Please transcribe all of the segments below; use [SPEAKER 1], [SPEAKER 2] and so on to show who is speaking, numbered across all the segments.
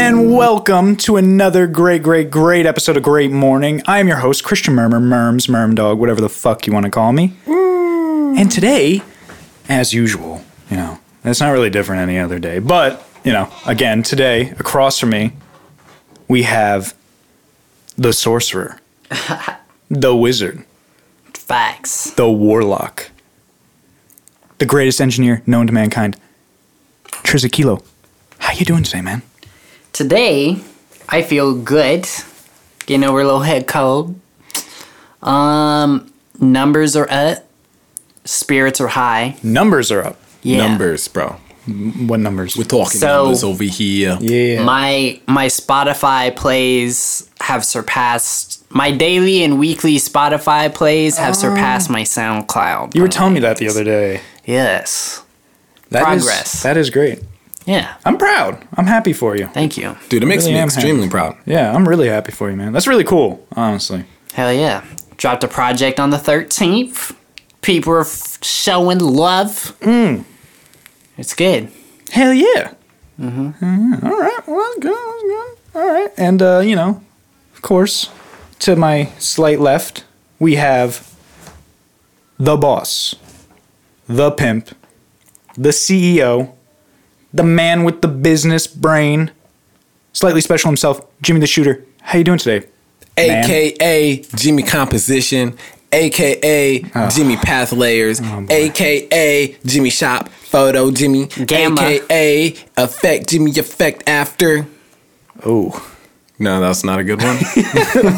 [SPEAKER 1] Welcome to another great, great, great episode of Great Morning. I am your host, Christian Murmur, Merms, Merm Dog, whatever the fuck you want to call me. And today, as usual, you know, it's not really different any other day, but, you know, again, today, across from me, we have the sorcerer, the wizard,
[SPEAKER 2] Facts.
[SPEAKER 1] the warlock, the greatest engineer known to mankind, Trizakilo. How you doing today, man?
[SPEAKER 2] Today, I feel good. Getting over a little head cold. Um, numbers are up. Spirits are high.
[SPEAKER 1] Numbers are up.
[SPEAKER 2] Yeah.
[SPEAKER 3] Numbers, bro.
[SPEAKER 1] What numbers?
[SPEAKER 3] We're talking
[SPEAKER 2] So-
[SPEAKER 3] numbers over here.
[SPEAKER 1] yeah.
[SPEAKER 2] My my Spotify plays have surpassed my daily and weekly Spotify plays have surpassed my SoundCloud.
[SPEAKER 1] Oh. you were telling me that the other day.
[SPEAKER 2] Yes.
[SPEAKER 1] That is-
[SPEAKER 2] Progress.
[SPEAKER 1] that is great.
[SPEAKER 2] Yeah.
[SPEAKER 1] I'm proud. I'm happy for you.
[SPEAKER 2] Thank you.
[SPEAKER 3] Dude, it makes
[SPEAKER 1] Really
[SPEAKER 3] me
[SPEAKER 1] am
[SPEAKER 3] extremely proud.
[SPEAKER 1] Yeah, I'm really happy for you, man. That's really cool, honestly.
[SPEAKER 2] Hell yeah. Dropped a project on the 13th. People are f- showing love.
[SPEAKER 1] Hmm.
[SPEAKER 2] It's good.
[SPEAKER 1] Hell yeah. Mm-hmm. All right. Well, good. good. All right. And, uh, you know, of course, to my slight left, we have the boss, the pimp, the CEO, the man with the business brain, slightly special himself, Jimmy the Shooter. How you doing today? Man.
[SPEAKER 3] AKA Jimmy Composition, AKA Jimmy Path Layers, AKA Jimmy Shop Photo Jimmy,
[SPEAKER 2] Gamma.
[SPEAKER 3] AKA Effect Jimmy Effect After.
[SPEAKER 1] Oh,
[SPEAKER 3] No, that's not a good one.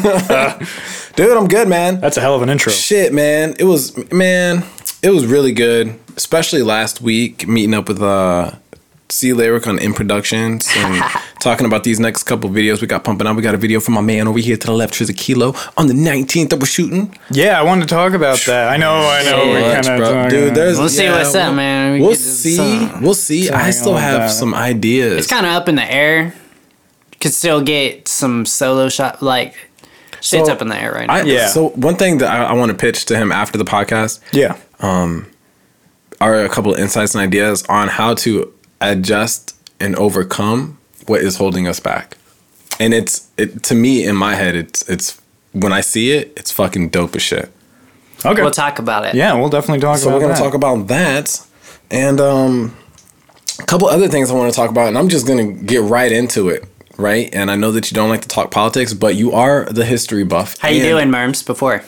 [SPEAKER 3] Dude, I'm good, man.
[SPEAKER 1] that's a hell of an intro.
[SPEAKER 3] Shit, man. It was man, it was really good. Especially last week meeting up with uh C Lyric on In Productions and talking about these next couple videos we got pumping out. We got a video from my man over here to the left, Trizzy Kilo, on the 19th that we're shooting.
[SPEAKER 1] Yeah, I wanted to talk about that. I know, I know. we
[SPEAKER 3] Much,
[SPEAKER 1] kinda
[SPEAKER 3] bro.
[SPEAKER 1] talking
[SPEAKER 3] Dude,
[SPEAKER 1] about-
[SPEAKER 3] there's
[SPEAKER 2] We'll see what's up,
[SPEAKER 3] we'll-
[SPEAKER 2] man. We
[SPEAKER 3] We'll
[SPEAKER 2] could do
[SPEAKER 3] see.
[SPEAKER 2] some-
[SPEAKER 3] We'll see. I
[SPEAKER 1] something
[SPEAKER 3] still
[SPEAKER 1] like
[SPEAKER 3] have
[SPEAKER 1] that.
[SPEAKER 3] some ideas.
[SPEAKER 2] It's kind of up in the air. Could still get some solo shot. Like, shit's
[SPEAKER 3] So,
[SPEAKER 2] up in the air right now.
[SPEAKER 3] I,
[SPEAKER 1] Yeah.
[SPEAKER 3] yeah. So one thing that I, I want to pitch to him after the podcast
[SPEAKER 1] yeah.
[SPEAKER 3] are a couple of insights and ideas on how to adjust and overcome what is holding us back. And it's it to me in my head it's it's when I see it it's fucking dope as shit.
[SPEAKER 1] Okay.
[SPEAKER 2] we'll talk about it.
[SPEAKER 1] yeah, we'll definitely talk
[SPEAKER 3] So
[SPEAKER 1] about
[SPEAKER 3] we're gonna
[SPEAKER 1] that.
[SPEAKER 3] talk about that and um, a couple other things I want to talk about, and I'm just gonna get right into it. Right, and I know that you don't like to talk politics, but you are the history buff.
[SPEAKER 2] How you
[SPEAKER 3] and-
[SPEAKER 2] doing, Merms, before?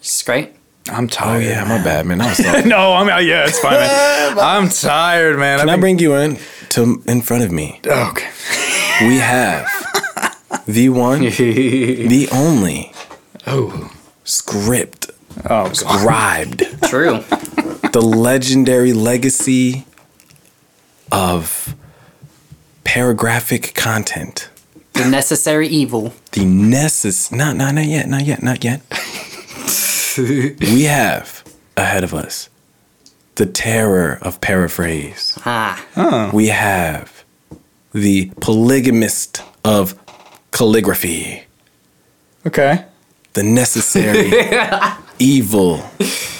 [SPEAKER 2] It's great.
[SPEAKER 1] I'm
[SPEAKER 3] Oh
[SPEAKER 1] tired.
[SPEAKER 3] yeah, my bad, man. I was like,
[SPEAKER 1] no, I'm out. Yeah, it's fine, man. I'm tired, man.
[SPEAKER 3] Can I
[SPEAKER 1] I've been-
[SPEAKER 3] bring you in to in front of me?
[SPEAKER 1] Oh, okay.
[SPEAKER 3] We have the one, the only
[SPEAKER 1] Oh.
[SPEAKER 3] script
[SPEAKER 1] Oh, God.
[SPEAKER 3] bribed
[SPEAKER 2] True.
[SPEAKER 3] the legendary legacy of paragraphic content.
[SPEAKER 2] the necessary evil.
[SPEAKER 3] The necess not not not yet, not yet, not yet. we have ahead of us the terror of paraphrase.
[SPEAKER 2] Ah.
[SPEAKER 3] We have the polygamist of calligraphy.
[SPEAKER 1] Okay.
[SPEAKER 3] the necessary evil,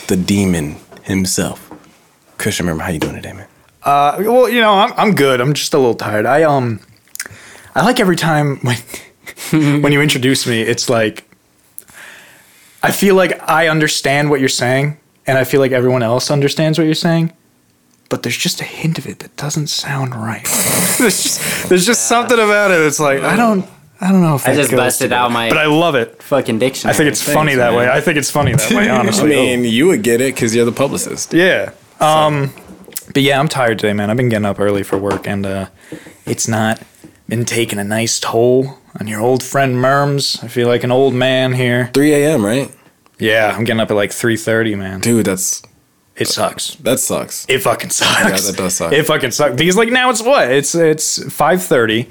[SPEAKER 3] the demon himself. Christian, remember how you doing today, man?
[SPEAKER 1] Uh, well, you know, I'm, I'm good. I'm just a little tired. I um, I like every time when when you introduce me, it's like I feel like I understand what you're saying, and I feel like everyone else understands what you're saying. But there's just a hint of it that doesn't sound right. there's just there's just something about it. It's like I don't I don't know if
[SPEAKER 2] I
[SPEAKER 1] that
[SPEAKER 2] just
[SPEAKER 1] goes
[SPEAKER 2] busted
[SPEAKER 1] together.
[SPEAKER 2] out my-
[SPEAKER 1] But I love it.
[SPEAKER 2] Fucking dictionary.
[SPEAKER 1] I think it's funny that way. I think it's funny that way.
[SPEAKER 3] I
[SPEAKER 1] Honestly, oh.
[SPEAKER 3] mean, you would get it because you're the publicist.
[SPEAKER 1] yeah. Um, but yeah, I'm tired today, man. I've been getting up early for work, and uh, it's not been taking a nice toll on your old friend Merms. I feel like an old man here.
[SPEAKER 3] 3 a.m., right?
[SPEAKER 1] Yeah, I'm getting up at like 3:30, man.
[SPEAKER 3] Dude, that's
[SPEAKER 1] It sucks.
[SPEAKER 3] that sucks.
[SPEAKER 1] It fucking sucks.
[SPEAKER 3] that does suck.
[SPEAKER 1] It fucking sucks because like now it's what it's it's 5:30,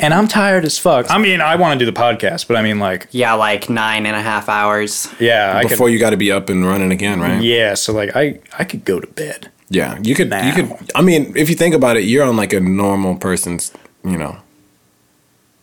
[SPEAKER 1] and I'm tired as fuck. I mean, I want to do the podcast, but I mean, like,
[SPEAKER 2] Yeah, like nine and a half hours.
[SPEAKER 1] yeah, I
[SPEAKER 3] Before
[SPEAKER 1] could.
[SPEAKER 3] you got to be up and running again, right?
[SPEAKER 1] Yeah, so like I I could go to bed.
[SPEAKER 3] Yeah, you could.
[SPEAKER 1] Now.
[SPEAKER 3] You could. I mean, if you think about it, you're on like a normal person's. You know,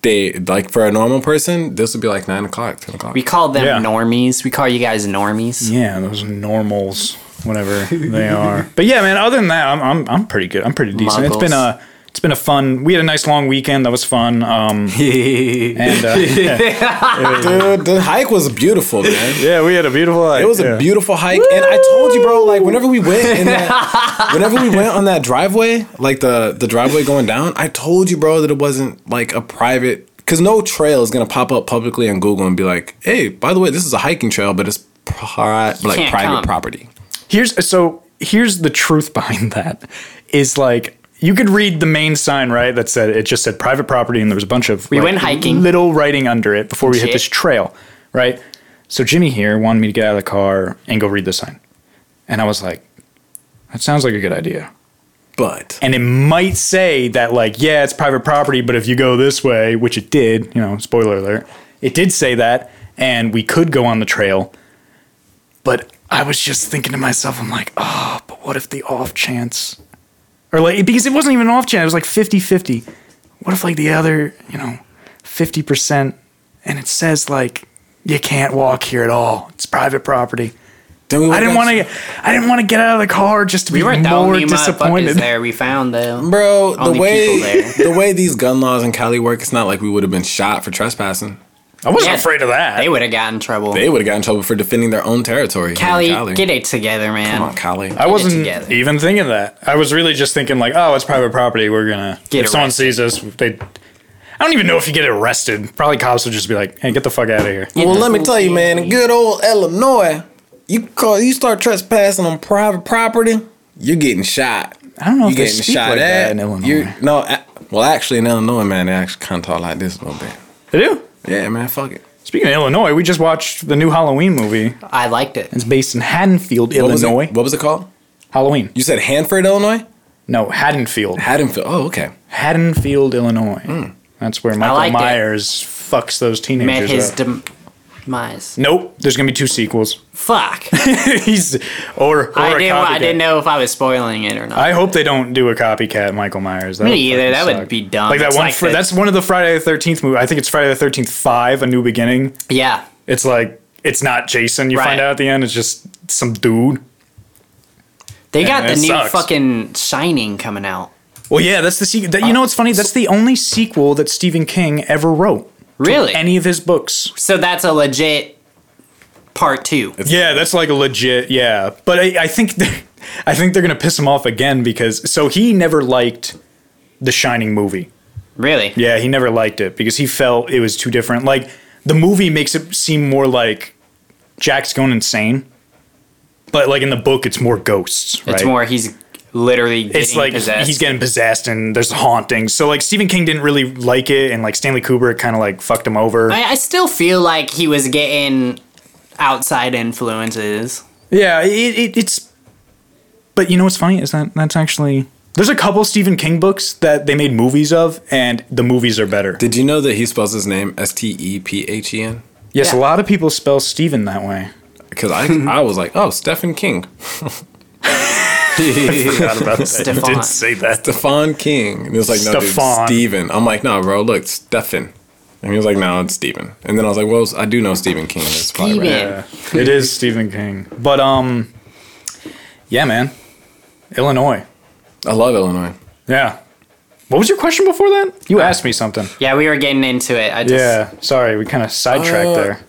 [SPEAKER 3] they like for a normal person, this would be like nine o'clock, ten o'clock.
[SPEAKER 2] We call them
[SPEAKER 1] Yeah.
[SPEAKER 2] normies. We call you guys normies.
[SPEAKER 1] Yeah, those normals, whatever they are. But yeah, man. Other than that, I'm I'm, I'm pretty good. I'm pretty decent. It's been
[SPEAKER 2] Muggles.
[SPEAKER 1] a It's been a fun. We had a nice long weekend. That was fun. Um, and uh, yeah.
[SPEAKER 3] Dude, the hike was beautiful, man.
[SPEAKER 1] Yeah, we had a beautiful.
[SPEAKER 3] It was a beautiful hike, and I told you, bro. Like whenever we went, in that, whenever we went on that driveway, like the the driveway going down, I told you, bro, that it wasn't like a private. Cause no trail is gonna pop up publicly on Google and be like, "Hey, by the way, this is a hiking trail, but it's pri- like
[SPEAKER 2] can't
[SPEAKER 3] private
[SPEAKER 2] come.
[SPEAKER 3] property."
[SPEAKER 1] Here's so here's the truth behind that is like you could read the main sign right that said it just said private property and there was a bunch of we
[SPEAKER 2] went hiking.
[SPEAKER 1] little writing under it before we hit
[SPEAKER 2] Shit.
[SPEAKER 1] this trail right so Jimmy here wanted me to get out of the car and go read the sign and I was like that sounds like a good idea
[SPEAKER 3] But
[SPEAKER 1] and it might say that like yeah it's private property but if you go this way which it did you know spoiler alert it did say that and we could go on the trail but i was just thinking to myself i'm like oh but what if the off chance or like because it wasn't even an off chance it was like 50-50 what if like the other you know 50% and it says like you can't walk here at all it's private property
[SPEAKER 3] then we
[SPEAKER 1] I didn't want to. I didn't want to get out of the car just to
[SPEAKER 2] We
[SPEAKER 1] be
[SPEAKER 2] weren't the
[SPEAKER 1] more
[SPEAKER 2] only motherfuckers
[SPEAKER 1] disappointed.
[SPEAKER 2] there. We found them.
[SPEAKER 3] bro. The
[SPEAKER 2] Only
[SPEAKER 3] way
[SPEAKER 2] people there.
[SPEAKER 3] the way these gun laws in Cali work, it's not like we would have been shot for trespassing.
[SPEAKER 1] I wasn't
[SPEAKER 2] Yeah.
[SPEAKER 1] afraid of that.
[SPEAKER 2] They would have gotten in trouble.
[SPEAKER 3] They would have got in trouble for defending their own territory. here in
[SPEAKER 2] Callie, get it together, man.
[SPEAKER 3] Come on, Cali.
[SPEAKER 1] I
[SPEAKER 2] it
[SPEAKER 1] wasn't
[SPEAKER 2] together.
[SPEAKER 1] even thinking that. I was really just thinking like, oh, it's private property. We're gonna
[SPEAKER 2] Get
[SPEAKER 1] if someone
[SPEAKER 2] arrested.
[SPEAKER 1] sees us, they. I don't even know if you get arrested. Probably cops would just be like, hey, get the fuck out of here.
[SPEAKER 3] Well,
[SPEAKER 2] the
[SPEAKER 3] let me
[SPEAKER 2] full
[SPEAKER 3] tell you, man.
[SPEAKER 2] thing.
[SPEAKER 3] In good old Illinois, you call you start trespassing on private property, you're getting shot.
[SPEAKER 1] I don't know
[SPEAKER 3] You
[SPEAKER 1] if they
[SPEAKER 3] getting
[SPEAKER 1] speak
[SPEAKER 3] shot
[SPEAKER 1] like
[SPEAKER 3] at
[SPEAKER 1] that in Illinois.
[SPEAKER 3] You, no, a- well, actually, in Illinois, man, they actually kind of talk like this a little bit.
[SPEAKER 1] They do.
[SPEAKER 3] Yeah, man, fuck it.
[SPEAKER 1] Speaking of Illinois, we just watched the new Halloween movie.
[SPEAKER 2] I liked it.
[SPEAKER 1] It's based in Haddonfield,
[SPEAKER 3] What was it-
[SPEAKER 1] Illinois.
[SPEAKER 3] what was it called?
[SPEAKER 1] Halloween.
[SPEAKER 3] You said Hanford, Illinois.
[SPEAKER 1] No, Haddonfield.
[SPEAKER 3] Haddonfield. Oh, okay.
[SPEAKER 1] Haddonfield, Illinois.
[SPEAKER 3] Hmm.
[SPEAKER 1] That's where Michael
[SPEAKER 2] liked it.
[SPEAKER 1] Myers fucks those
[SPEAKER 2] Met
[SPEAKER 1] teenagers.
[SPEAKER 2] his
[SPEAKER 1] up.
[SPEAKER 2] dem- demise.
[SPEAKER 1] nope. There's gonna be two sequels.
[SPEAKER 2] Fuck.
[SPEAKER 1] He's or, or
[SPEAKER 2] I
[SPEAKER 1] a
[SPEAKER 2] didn't.
[SPEAKER 1] copycat.
[SPEAKER 2] I didn't know if I was spoiling it or not.
[SPEAKER 1] I hope they don't do a copycat Michael Myers. That
[SPEAKER 2] Me
[SPEAKER 1] would
[SPEAKER 2] either.
[SPEAKER 1] fucking
[SPEAKER 2] That would
[SPEAKER 1] suck.
[SPEAKER 2] be dumb.
[SPEAKER 1] Like that
[SPEAKER 2] It's
[SPEAKER 1] one.
[SPEAKER 2] like
[SPEAKER 1] fr-
[SPEAKER 2] the-
[SPEAKER 1] that's one of the Friday the Thirteenth movie. I think it's Friday the Thirteenth Five: A New Beginning.
[SPEAKER 2] yeah.
[SPEAKER 1] It's like it's not Jason. You
[SPEAKER 2] Right.
[SPEAKER 1] find out at the end. It's just some dude.
[SPEAKER 2] They
[SPEAKER 1] Yeah,
[SPEAKER 2] got
[SPEAKER 1] it
[SPEAKER 2] the new
[SPEAKER 1] sucks.
[SPEAKER 2] fucking Shining coming out.
[SPEAKER 1] Well, yeah, that's the sequel. That, you know, it's funny. That's the only sequel that Stephen King ever wrote.
[SPEAKER 2] Really?
[SPEAKER 1] Any of his books.
[SPEAKER 2] so that's a legit part two.
[SPEAKER 1] Yeah, that's like a legit. Yeah, but I, I think they're- I think they're gonna piss him off again because so he never liked the Shining movie.
[SPEAKER 2] Really?
[SPEAKER 1] Yeah, he never liked it because he felt it was too different. Like the movie makes it seem more like Jack's going insane, but like in the book, it's more ghosts. Right?
[SPEAKER 2] It's more he's literally getting
[SPEAKER 1] It's like
[SPEAKER 2] possessed.
[SPEAKER 1] he's getting possessed and there's hauntings. So like Stephen King didn't really like it, and like Stanley Kubrick kind of like fucked him over.
[SPEAKER 2] I, I still feel like he was getting outside influences.
[SPEAKER 1] yeah, it, it, it's. But you know what's funny is that that's actually there's a couple Stephen King books that they made movies of, and the movies are better.
[SPEAKER 3] Did you know that he spells his name S T E P H E N?
[SPEAKER 1] yes,
[SPEAKER 2] Yeah.
[SPEAKER 1] a lot of people spell Stephen that way.
[SPEAKER 3] Because I, I was like, oh, Stephen King,
[SPEAKER 1] Forgot about that. You
[SPEAKER 2] Stefan.
[SPEAKER 1] did say that.
[SPEAKER 3] Stefan King. And it was like, no,
[SPEAKER 1] Stefan.
[SPEAKER 3] dude, Stephen. I'm like, no, bro, look, Stephen. And he was like, no, it's Stephen. And then I was like, well, I do know Stephen King. That's probably right.
[SPEAKER 2] Steven.
[SPEAKER 1] Yeah, it is Stephen King. But um, yeah, man, Illinois.
[SPEAKER 3] I love Illinois.
[SPEAKER 1] Yeah. What was your question before that? You asked me something.
[SPEAKER 2] Yeah, we were getting into it. I just
[SPEAKER 1] Yeah. Sorry, we kind of sidetracked
[SPEAKER 3] Uh,
[SPEAKER 1] there.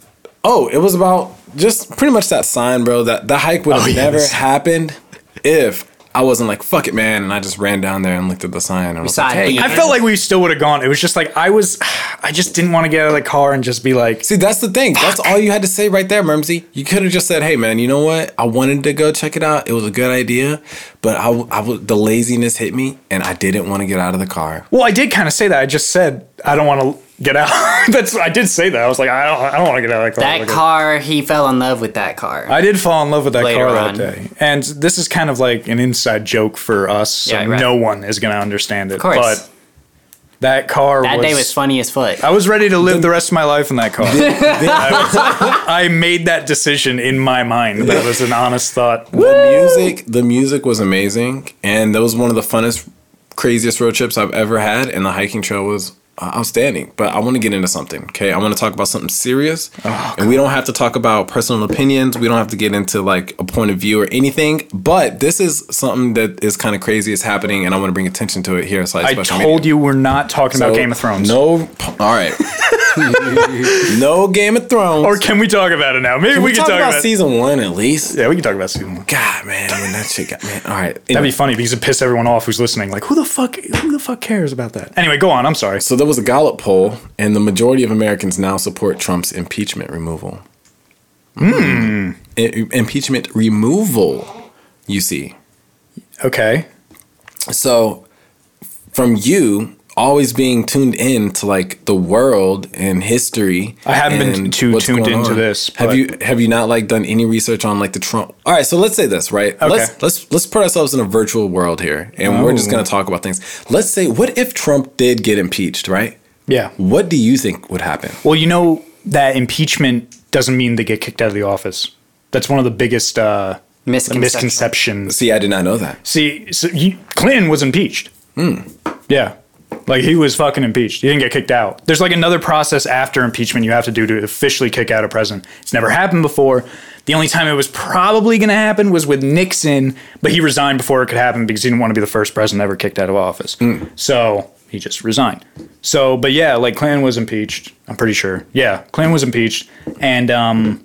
[SPEAKER 3] Oh, it was about just pretty much that sign, bro. That the hike would have
[SPEAKER 1] Oh, yes.
[SPEAKER 3] never happened if I wasn't like, fuck it, man. And I just ran down there and looked at the sign. And I was
[SPEAKER 2] saw
[SPEAKER 3] like,
[SPEAKER 2] it.
[SPEAKER 3] hey.
[SPEAKER 1] I felt like we still would have gone. It was just like I was. I just didn't want to get out of the car and just be like.
[SPEAKER 3] See, that's the thing. That's all you had to say right there, Mermsey. You could have just said, "Hey, man, you know what? I wanted to go check it out. It was a good idea, but I, w- I w- the laziness hit me, and I didn't want to get out of the car."
[SPEAKER 1] Well, I did kind of say that. I just said I don't want to get out. That's. I did say that. I was like, I don't. I don't want to get out of the car.
[SPEAKER 2] that
[SPEAKER 1] Like,
[SPEAKER 2] car. He fell in love with that car.
[SPEAKER 1] I did fall in love with that
[SPEAKER 2] Later
[SPEAKER 1] car
[SPEAKER 2] on.
[SPEAKER 1] that day. And this is kind of like an inside joke for us. So
[SPEAKER 2] Yeah, right.
[SPEAKER 1] no one is going to understand it.
[SPEAKER 2] course.
[SPEAKER 1] But that car
[SPEAKER 2] that
[SPEAKER 1] was,
[SPEAKER 2] day was funny as fuck.
[SPEAKER 1] I was ready to live the rest of my life in that car. I, was- I made that decision in my mind. That was an honest thought.
[SPEAKER 3] The music, the music was amazing, and that was one of the funnest, craziest road trips I've ever had. And the hiking trail was uh, outstanding. But I want to get into something. Okay, I want to talk about something serious,
[SPEAKER 1] Oh,
[SPEAKER 3] and we don't have to talk about personal opinions. We don't have to get into like a point of view or anything. But this is something that is kind of crazy. It's happening, and I want to bring attention to it here. It's like
[SPEAKER 1] I told you we're not talking about Game of Thrones.
[SPEAKER 3] No, all right. no Game of Thrones.
[SPEAKER 1] Or can we talk about it now? Maybe we,
[SPEAKER 3] we
[SPEAKER 1] can
[SPEAKER 3] talk, about,
[SPEAKER 1] it.
[SPEAKER 3] season one at least.
[SPEAKER 1] Yeah, we can talk about season one.
[SPEAKER 3] God, man, when that shit got man. All right,
[SPEAKER 1] That'd be funny because it pissed everyone off who's listening. Like, who the fuck? Who the fuck cares about that? Anyway, go on. I'm sorry.
[SPEAKER 3] So there was a Gallup poll, and the majority of Americans now support Trump's impeachment removal.
[SPEAKER 1] Hmm.
[SPEAKER 3] Mm. I- impeachment removal, you see.
[SPEAKER 1] Okay.
[SPEAKER 3] So, from you always being tuned in to like the world and history,
[SPEAKER 1] I haven't been
[SPEAKER 3] and
[SPEAKER 1] too
[SPEAKER 3] what's
[SPEAKER 1] tuned
[SPEAKER 3] going
[SPEAKER 1] into this,
[SPEAKER 3] Have
[SPEAKER 1] but-
[SPEAKER 3] you have you not like done any research on like the Trump? All right, so let's say this, right? Let's let's let's put ourselves in a virtual world here, and we're just gonna talk about things. Let's say, what if Trump did get impeached, right?
[SPEAKER 1] Yeah.
[SPEAKER 3] What do you think would happen?
[SPEAKER 1] Well, you know that impeachment doesn't mean they get kicked out of the office. That's one of the biggest uh,
[SPEAKER 2] Misconception.
[SPEAKER 1] misconceptions.
[SPEAKER 3] See, I did not know that.
[SPEAKER 1] See, so he, Clinton was impeached.
[SPEAKER 3] Hmm.
[SPEAKER 1] Yeah. Like he was fucking impeached. He didn't get kicked out. There's like another process after impeachment you have to do to officially kick out a president. It's never happened before. The only time it was probably going to happen was with Nixon, but he resigned before it could happen because he didn't want to be the first president ever kicked out of office.
[SPEAKER 3] Hmm.
[SPEAKER 1] So he just resigned. So, but yeah, like Clinton was impeached. I'm pretty sure. Yeah, Clinton was impeached, and um,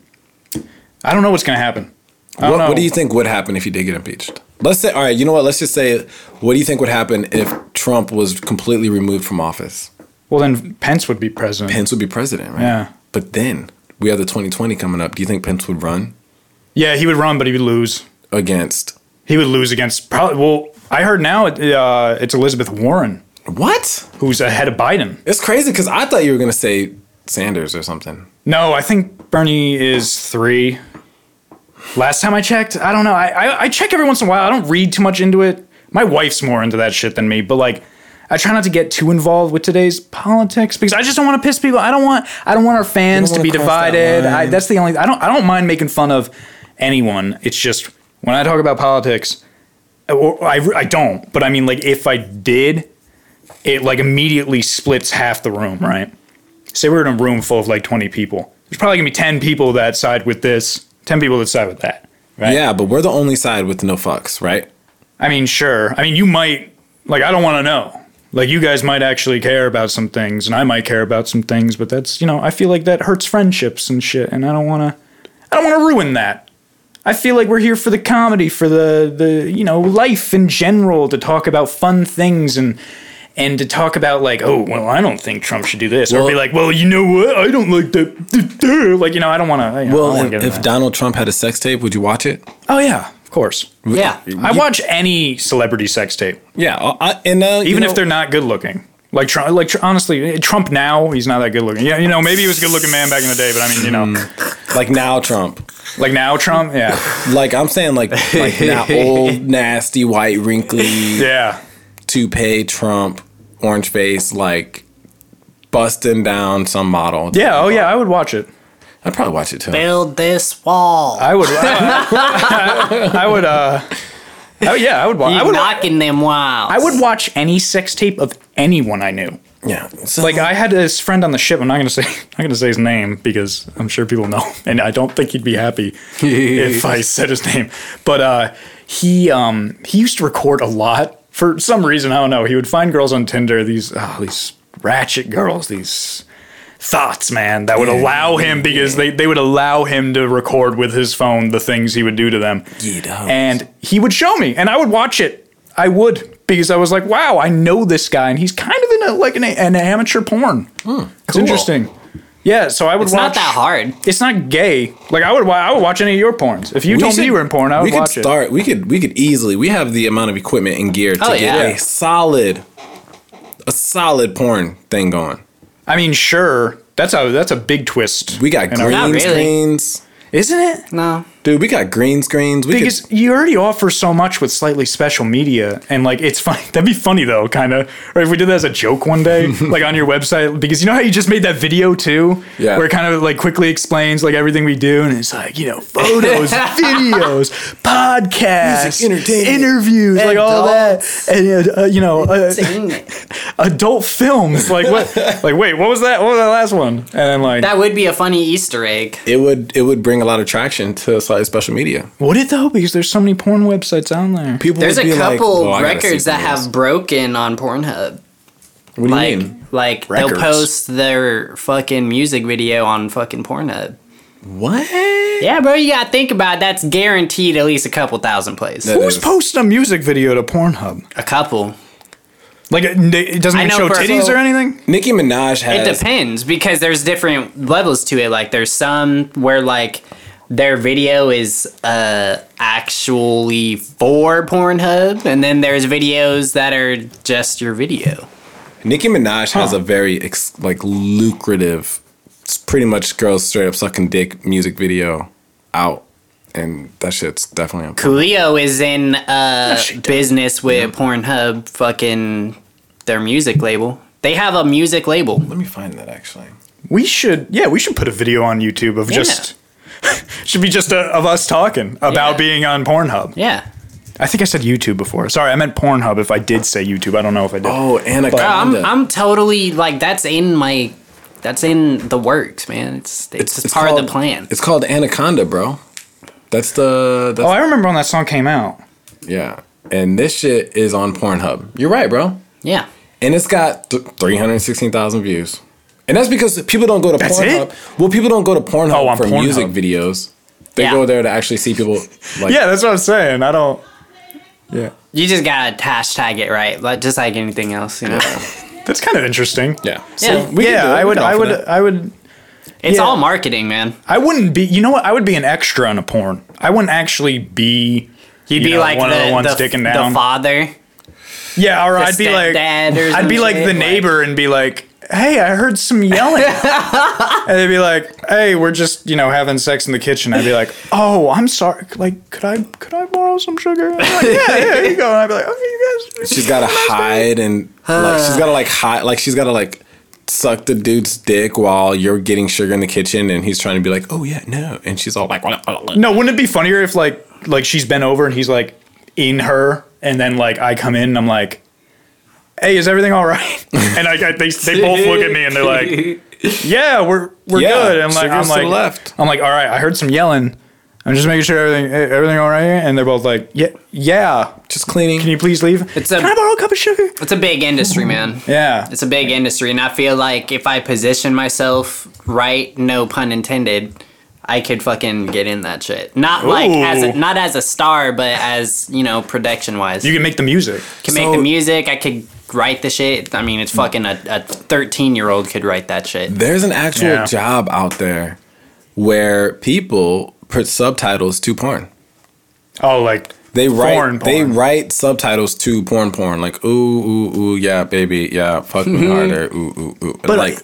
[SPEAKER 1] I don't know what's going to happen. I don't
[SPEAKER 3] What,
[SPEAKER 1] know.
[SPEAKER 3] what do you think would happen if he did get impeached? Let's say, all right, you know what? Let's just say, what do you think would happen if Trump was completely removed from office?
[SPEAKER 1] Well, then Pence would be president.
[SPEAKER 3] Pence would be president, right?
[SPEAKER 1] Yeah.
[SPEAKER 3] But then we have the 2020 coming up. Do you think Pence would run
[SPEAKER 1] Yeah, he would run, but he would lose.
[SPEAKER 3] against
[SPEAKER 1] He would lose against probably. Well, I heard now it, uh, it's Elizabeth Warren
[SPEAKER 3] what?
[SPEAKER 1] who's ahead of Biden.
[SPEAKER 3] It's crazy because I thought you were gonna say Sanders or something.
[SPEAKER 1] No, I think Bernie is three. Last time I checked, I don't know. I, I I check every once in a while. I don't read too much into it. My wife's more into that shit than me, but like. I try not to get too involved with today's politics because I just don't want to piss people. I don't want I don't want our fans to
[SPEAKER 3] wanna
[SPEAKER 1] be
[SPEAKER 3] cross that
[SPEAKER 1] divided. I,
[SPEAKER 3] line.
[SPEAKER 1] that's the only I don't I don't mind making fun of anyone. It's just when I talk about politics, or I, I don't, but I mean, like, if I did, it like immediately splits half the room, right? Say we're in a room full of like 20 people. There's probably gonna be 10 people that side with this, 10 people that side with that, right?
[SPEAKER 3] Yeah, but we're the only side with no fucks, right?
[SPEAKER 1] I mean, sure. I mean, you might, like, I don't wanna know. Like, you guys might actually care about some things, and I might care about some things, but that's, you know, I feel like that hurts friendships and shit, and I don't wanna, I don't wanna ruin that. I feel like we're here for the comedy, for the the you know life in general, to talk about fun things and and to talk about like, oh well, I don't think Trump should do this, or
[SPEAKER 3] Well-
[SPEAKER 1] be like, well, you know what, I don't like that. Like you know, I don't want to. You know, I don't
[SPEAKER 3] Well,
[SPEAKER 1] wanna
[SPEAKER 3] if,
[SPEAKER 1] get into
[SPEAKER 3] if
[SPEAKER 1] that.
[SPEAKER 3] Donald Trump had a sex tape, would you watch it?
[SPEAKER 1] oh yeah, of course.
[SPEAKER 2] Yeah.
[SPEAKER 1] I watch any celebrity sex tape,
[SPEAKER 3] Yeah, I, and uh, you
[SPEAKER 1] even
[SPEAKER 3] know-
[SPEAKER 1] if they're not good looking. Like Trump, like tr- honestly, eh, Trump now he's not that good looking. Yeah, you know, maybe he was a good looking man back in the day, but I mean, you know,
[SPEAKER 3] like now Trump.
[SPEAKER 1] like now Trump, yeah,
[SPEAKER 3] Like I'm saying, like like na- old, nasty, white, wrinkly,
[SPEAKER 1] yeah.
[SPEAKER 3] toupee, Trump, orange face, like busting down some model.
[SPEAKER 1] Yeah, oh yeah, I would watch it.
[SPEAKER 3] I'd probably watch it too.
[SPEAKER 2] Build this wall.
[SPEAKER 1] I would. I, I- I would. Uh, I, would- yeah, I would watch. I
[SPEAKER 2] you
[SPEAKER 1] would.
[SPEAKER 2] knocking them wild.
[SPEAKER 1] I would watch any sex tape of anyone I knew.
[SPEAKER 3] Yeah, so,
[SPEAKER 1] Like I had this friend on the ship. I'm not gonna say. I'm not gonna say his name because I'm sure people know, and I don't think he'd be happy if I said his name. But uh, he um, he used to record a lot for some reason. I don't know. He would find girls on Tinder. These oh, these ratchet girls. These thoughts, man, that would allow him because they, they would allow him to record with his phone the things he would do to them.
[SPEAKER 3] dog.
[SPEAKER 1] And he would show me and I would watch it. I would because I was like, wow, I know this guy and he's kind of in a, like an, an amateur porn. It's interesting. Yeah, so I would
[SPEAKER 2] Hmm, it's
[SPEAKER 1] watch
[SPEAKER 2] not that hard.
[SPEAKER 1] It's not gay. Like I would wa- I would watch any of your porns. If you told me
[SPEAKER 3] should-
[SPEAKER 1] you were in porn, I would
[SPEAKER 3] we could
[SPEAKER 1] watch it.
[SPEAKER 3] start. We could we could easily. We have the amount of equipment and gear to
[SPEAKER 2] Oh,
[SPEAKER 3] get
[SPEAKER 2] yeah.
[SPEAKER 3] a solid, a solid porn thing going.
[SPEAKER 1] I mean, sure. That's a that's a big twist.
[SPEAKER 3] We got
[SPEAKER 1] in our-
[SPEAKER 3] green
[SPEAKER 2] Not really.
[SPEAKER 3] screens.
[SPEAKER 1] Isn't it?
[SPEAKER 2] No.
[SPEAKER 3] Dude, we got green screens. We could-
[SPEAKER 1] Because you already offer so much with slightly special media, and like it's funny. That'd be funny though, kind of. Or if we did that as a joke one day, like on your website, because you know how you just made that video too,
[SPEAKER 3] Yeah.
[SPEAKER 1] where it kind of like quickly explains like everything we do, and it's like you know photos, videos, podcasts,
[SPEAKER 3] Music, entertainment.
[SPEAKER 1] interviews, like all that, and uh, uh, you know uh, adult films. Like what? like wait, what was that? What was that last one? And then like
[SPEAKER 2] That would be a funny Easter egg.
[SPEAKER 3] it would it would bring a lot of traction to slightly special media.
[SPEAKER 1] would it though? Because there's so many porn websites on there.
[SPEAKER 3] People
[SPEAKER 2] There's
[SPEAKER 3] would
[SPEAKER 2] a
[SPEAKER 3] be like,
[SPEAKER 2] couple
[SPEAKER 3] "Well, "Oh, I gotta see
[SPEAKER 2] records that
[SPEAKER 3] some of
[SPEAKER 2] have broken on Pornhub.
[SPEAKER 3] these." What do
[SPEAKER 2] Like,
[SPEAKER 3] you mean?
[SPEAKER 2] like
[SPEAKER 3] Records.
[SPEAKER 2] they'll post their fucking music video on fucking Pornhub.
[SPEAKER 3] What?
[SPEAKER 2] Yeah, bro, you gotta think about it. that's guaranteed at least a couple thousand plays.
[SPEAKER 3] That-
[SPEAKER 1] Who's
[SPEAKER 3] is-
[SPEAKER 1] posting a music video to Pornhub?
[SPEAKER 2] A couple.
[SPEAKER 1] Like it, it doesn't
[SPEAKER 2] I
[SPEAKER 1] even show
[SPEAKER 2] know for-
[SPEAKER 1] titties
[SPEAKER 2] so-
[SPEAKER 1] or anything.
[SPEAKER 3] Nicki Minaj
[SPEAKER 2] It
[SPEAKER 3] has.
[SPEAKER 2] depends because there's different levels to it. Like there's some where like their video is uh actually for Pornhub, and then there's videos that are just your video.
[SPEAKER 3] Nicki Minaj has
[SPEAKER 1] Huh.
[SPEAKER 3] a very ex- like lucrative, it's pretty much girls straight up sucking dick music video out, and that shit's definitely on.
[SPEAKER 2] Coolio is in uh
[SPEAKER 1] she does.
[SPEAKER 2] business with Pornhub fucking their music label. They have a music label.
[SPEAKER 3] Let me find that actually.
[SPEAKER 1] We should, yeah, we should put a video on YouTube of just should be just uh of us talking about
[SPEAKER 2] Yeah.
[SPEAKER 1] being on Pornhub.
[SPEAKER 2] Yeah.
[SPEAKER 1] I think I said YouTube before. Sorry, I meant Pornhub. If I did say YouTube, I don't know if I did.
[SPEAKER 3] Oh, Anaconda.
[SPEAKER 2] Bro, I'm
[SPEAKER 1] uh,
[SPEAKER 2] I'm totally like that's in my that's in the works, man. It's it's, just part
[SPEAKER 3] called,
[SPEAKER 2] of the plan.
[SPEAKER 3] It's called Anaconda, bro. That's the that's,
[SPEAKER 1] Oh, I remember when that song came out.
[SPEAKER 3] yeah. And this shit is on Pornhub. You're right, bro.
[SPEAKER 2] Yeah.
[SPEAKER 3] And it's got th- 316,000 views. And that's because people don't go to
[SPEAKER 1] That's
[SPEAKER 3] Pornhub.
[SPEAKER 1] it?
[SPEAKER 3] Well, people don't go to Pornhub
[SPEAKER 1] Oh, on
[SPEAKER 3] for
[SPEAKER 1] Pornhub.
[SPEAKER 3] music videos. They
[SPEAKER 2] Yeah.
[SPEAKER 3] go there to actually see people like
[SPEAKER 1] Yeah, that's what I'm saying. I don't. Yeah,
[SPEAKER 2] You just gotta hashtag it right, like just like anything else. You know,
[SPEAKER 1] that's kind of interesting.
[SPEAKER 3] Yeah.
[SPEAKER 2] Yeah.
[SPEAKER 3] we can do
[SPEAKER 1] yeah,
[SPEAKER 3] it.
[SPEAKER 1] I
[SPEAKER 3] We
[SPEAKER 1] would,
[SPEAKER 3] can
[SPEAKER 1] I
[SPEAKER 3] offer
[SPEAKER 1] would,
[SPEAKER 3] that.
[SPEAKER 1] I would,
[SPEAKER 2] it's
[SPEAKER 1] Yeah.
[SPEAKER 2] all marketing, man.
[SPEAKER 1] I wouldn't be. You know what? I would be an extra in a porn. I wouldn't actually be.
[SPEAKER 2] You'd
[SPEAKER 1] you
[SPEAKER 2] be
[SPEAKER 1] know,
[SPEAKER 2] like
[SPEAKER 1] one
[SPEAKER 2] the,
[SPEAKER 1] of the ones
[SPEAKER 2] the,
[SPEAKER 1] sticking
[SPEAKER 2] the
[SPEAKER 1] down.
[SPEAKER 2] father.
[SPEAKER 1] Yeah, or I'd be like,
[SPEAKER 2] stepdad or
[SPEAKER 1] I'd be
[SPEAKER 2] some
[SPEAKER 1] like
[SPEAKER 2] shit,
[SPEAKER 1] the
[SPEAKER 2] like-
[SPEAKER 1] neighbor and be like, "Hey, I heard some yelling," and they'd be like, "Hey, we're just you know having sex in the kitchen." I'd be like, "Oh, I'm sorry. Like, could I could I borrow some sugar?" And they're like, yeah, yeah, here you go. And I'd be like, "Okay, you guys."
[SPEAKER 3] She's gotta hide and like she's gotta like hide like she's gotta like suck the dude's dick while you're getting sugar in the kitchen and he's trying to be like, oh yeah, no. And she's all like,
[SPEAKER 1] No, wouldn't it be funnier if like like she's bent over and he's like in her, and then like I come in and I'm like, "Hey, is everything all right?" And I, I they they both look at me and they're like. yeah, we're we're
[SPEAKER 3] Yeah,
[SPEAKER 1] good. And like
[SPEAKER 3] sugar's
[SPEAKER 1] I'm
[SPEAKER 3] to
[SPEAKER 1] like
[SPEAKER 3] the left.
[SPEAKER 1] I'm like, all right, I heard some yelling. I'm just making sure everything eh, everything all right. here?" And they're both like, yeah, yeah.
[SPEAKER 3] Just cleaning.
[SPEAKER 1] Can you please leave?
[SPEAKER 2] It's a-
[SPEAKER 1] Can I borrow a cup of sugar?
[SPEAKER 2] It's a big industry, man.
[SPEAKER 1] Mm-hmm. Yeah.
[SPEAKER 2] It's a big industry, and I feel like if I position myself right, no pun intended, I could fucking get in that shit. Not like as a,
[SPEAKER 1] Ooh.
[SPEAKER 2] not as a star, but as you know, production wise.
[SPEAKER 1] you
[SPEAKER 2] You
[SPEAKER 1] can make the music.
[SPEAKER 2] can make
[SPEAKER 3] so-
[SPEAKER 2] the music. I could write the shit. I mean, it's fucking a a thirteen year old could write that shit.
[SPEAKER 3] There's an actual
[SPEAKER 1] Yeah.
[SPEAKER 3] job out there where people put subtitles to porn.
[SPEAKER 1] Oh, like
[SPEAKER 3] They write
[SPEAKER 1] Foreign
[SPEAKER 3] they
[SPEAKER 1] porn.
[SPEAKER 3] write subtitles to porn porn like ooh ooh ooh yeah baby yeah fuck me harder ooh ooh ooh but like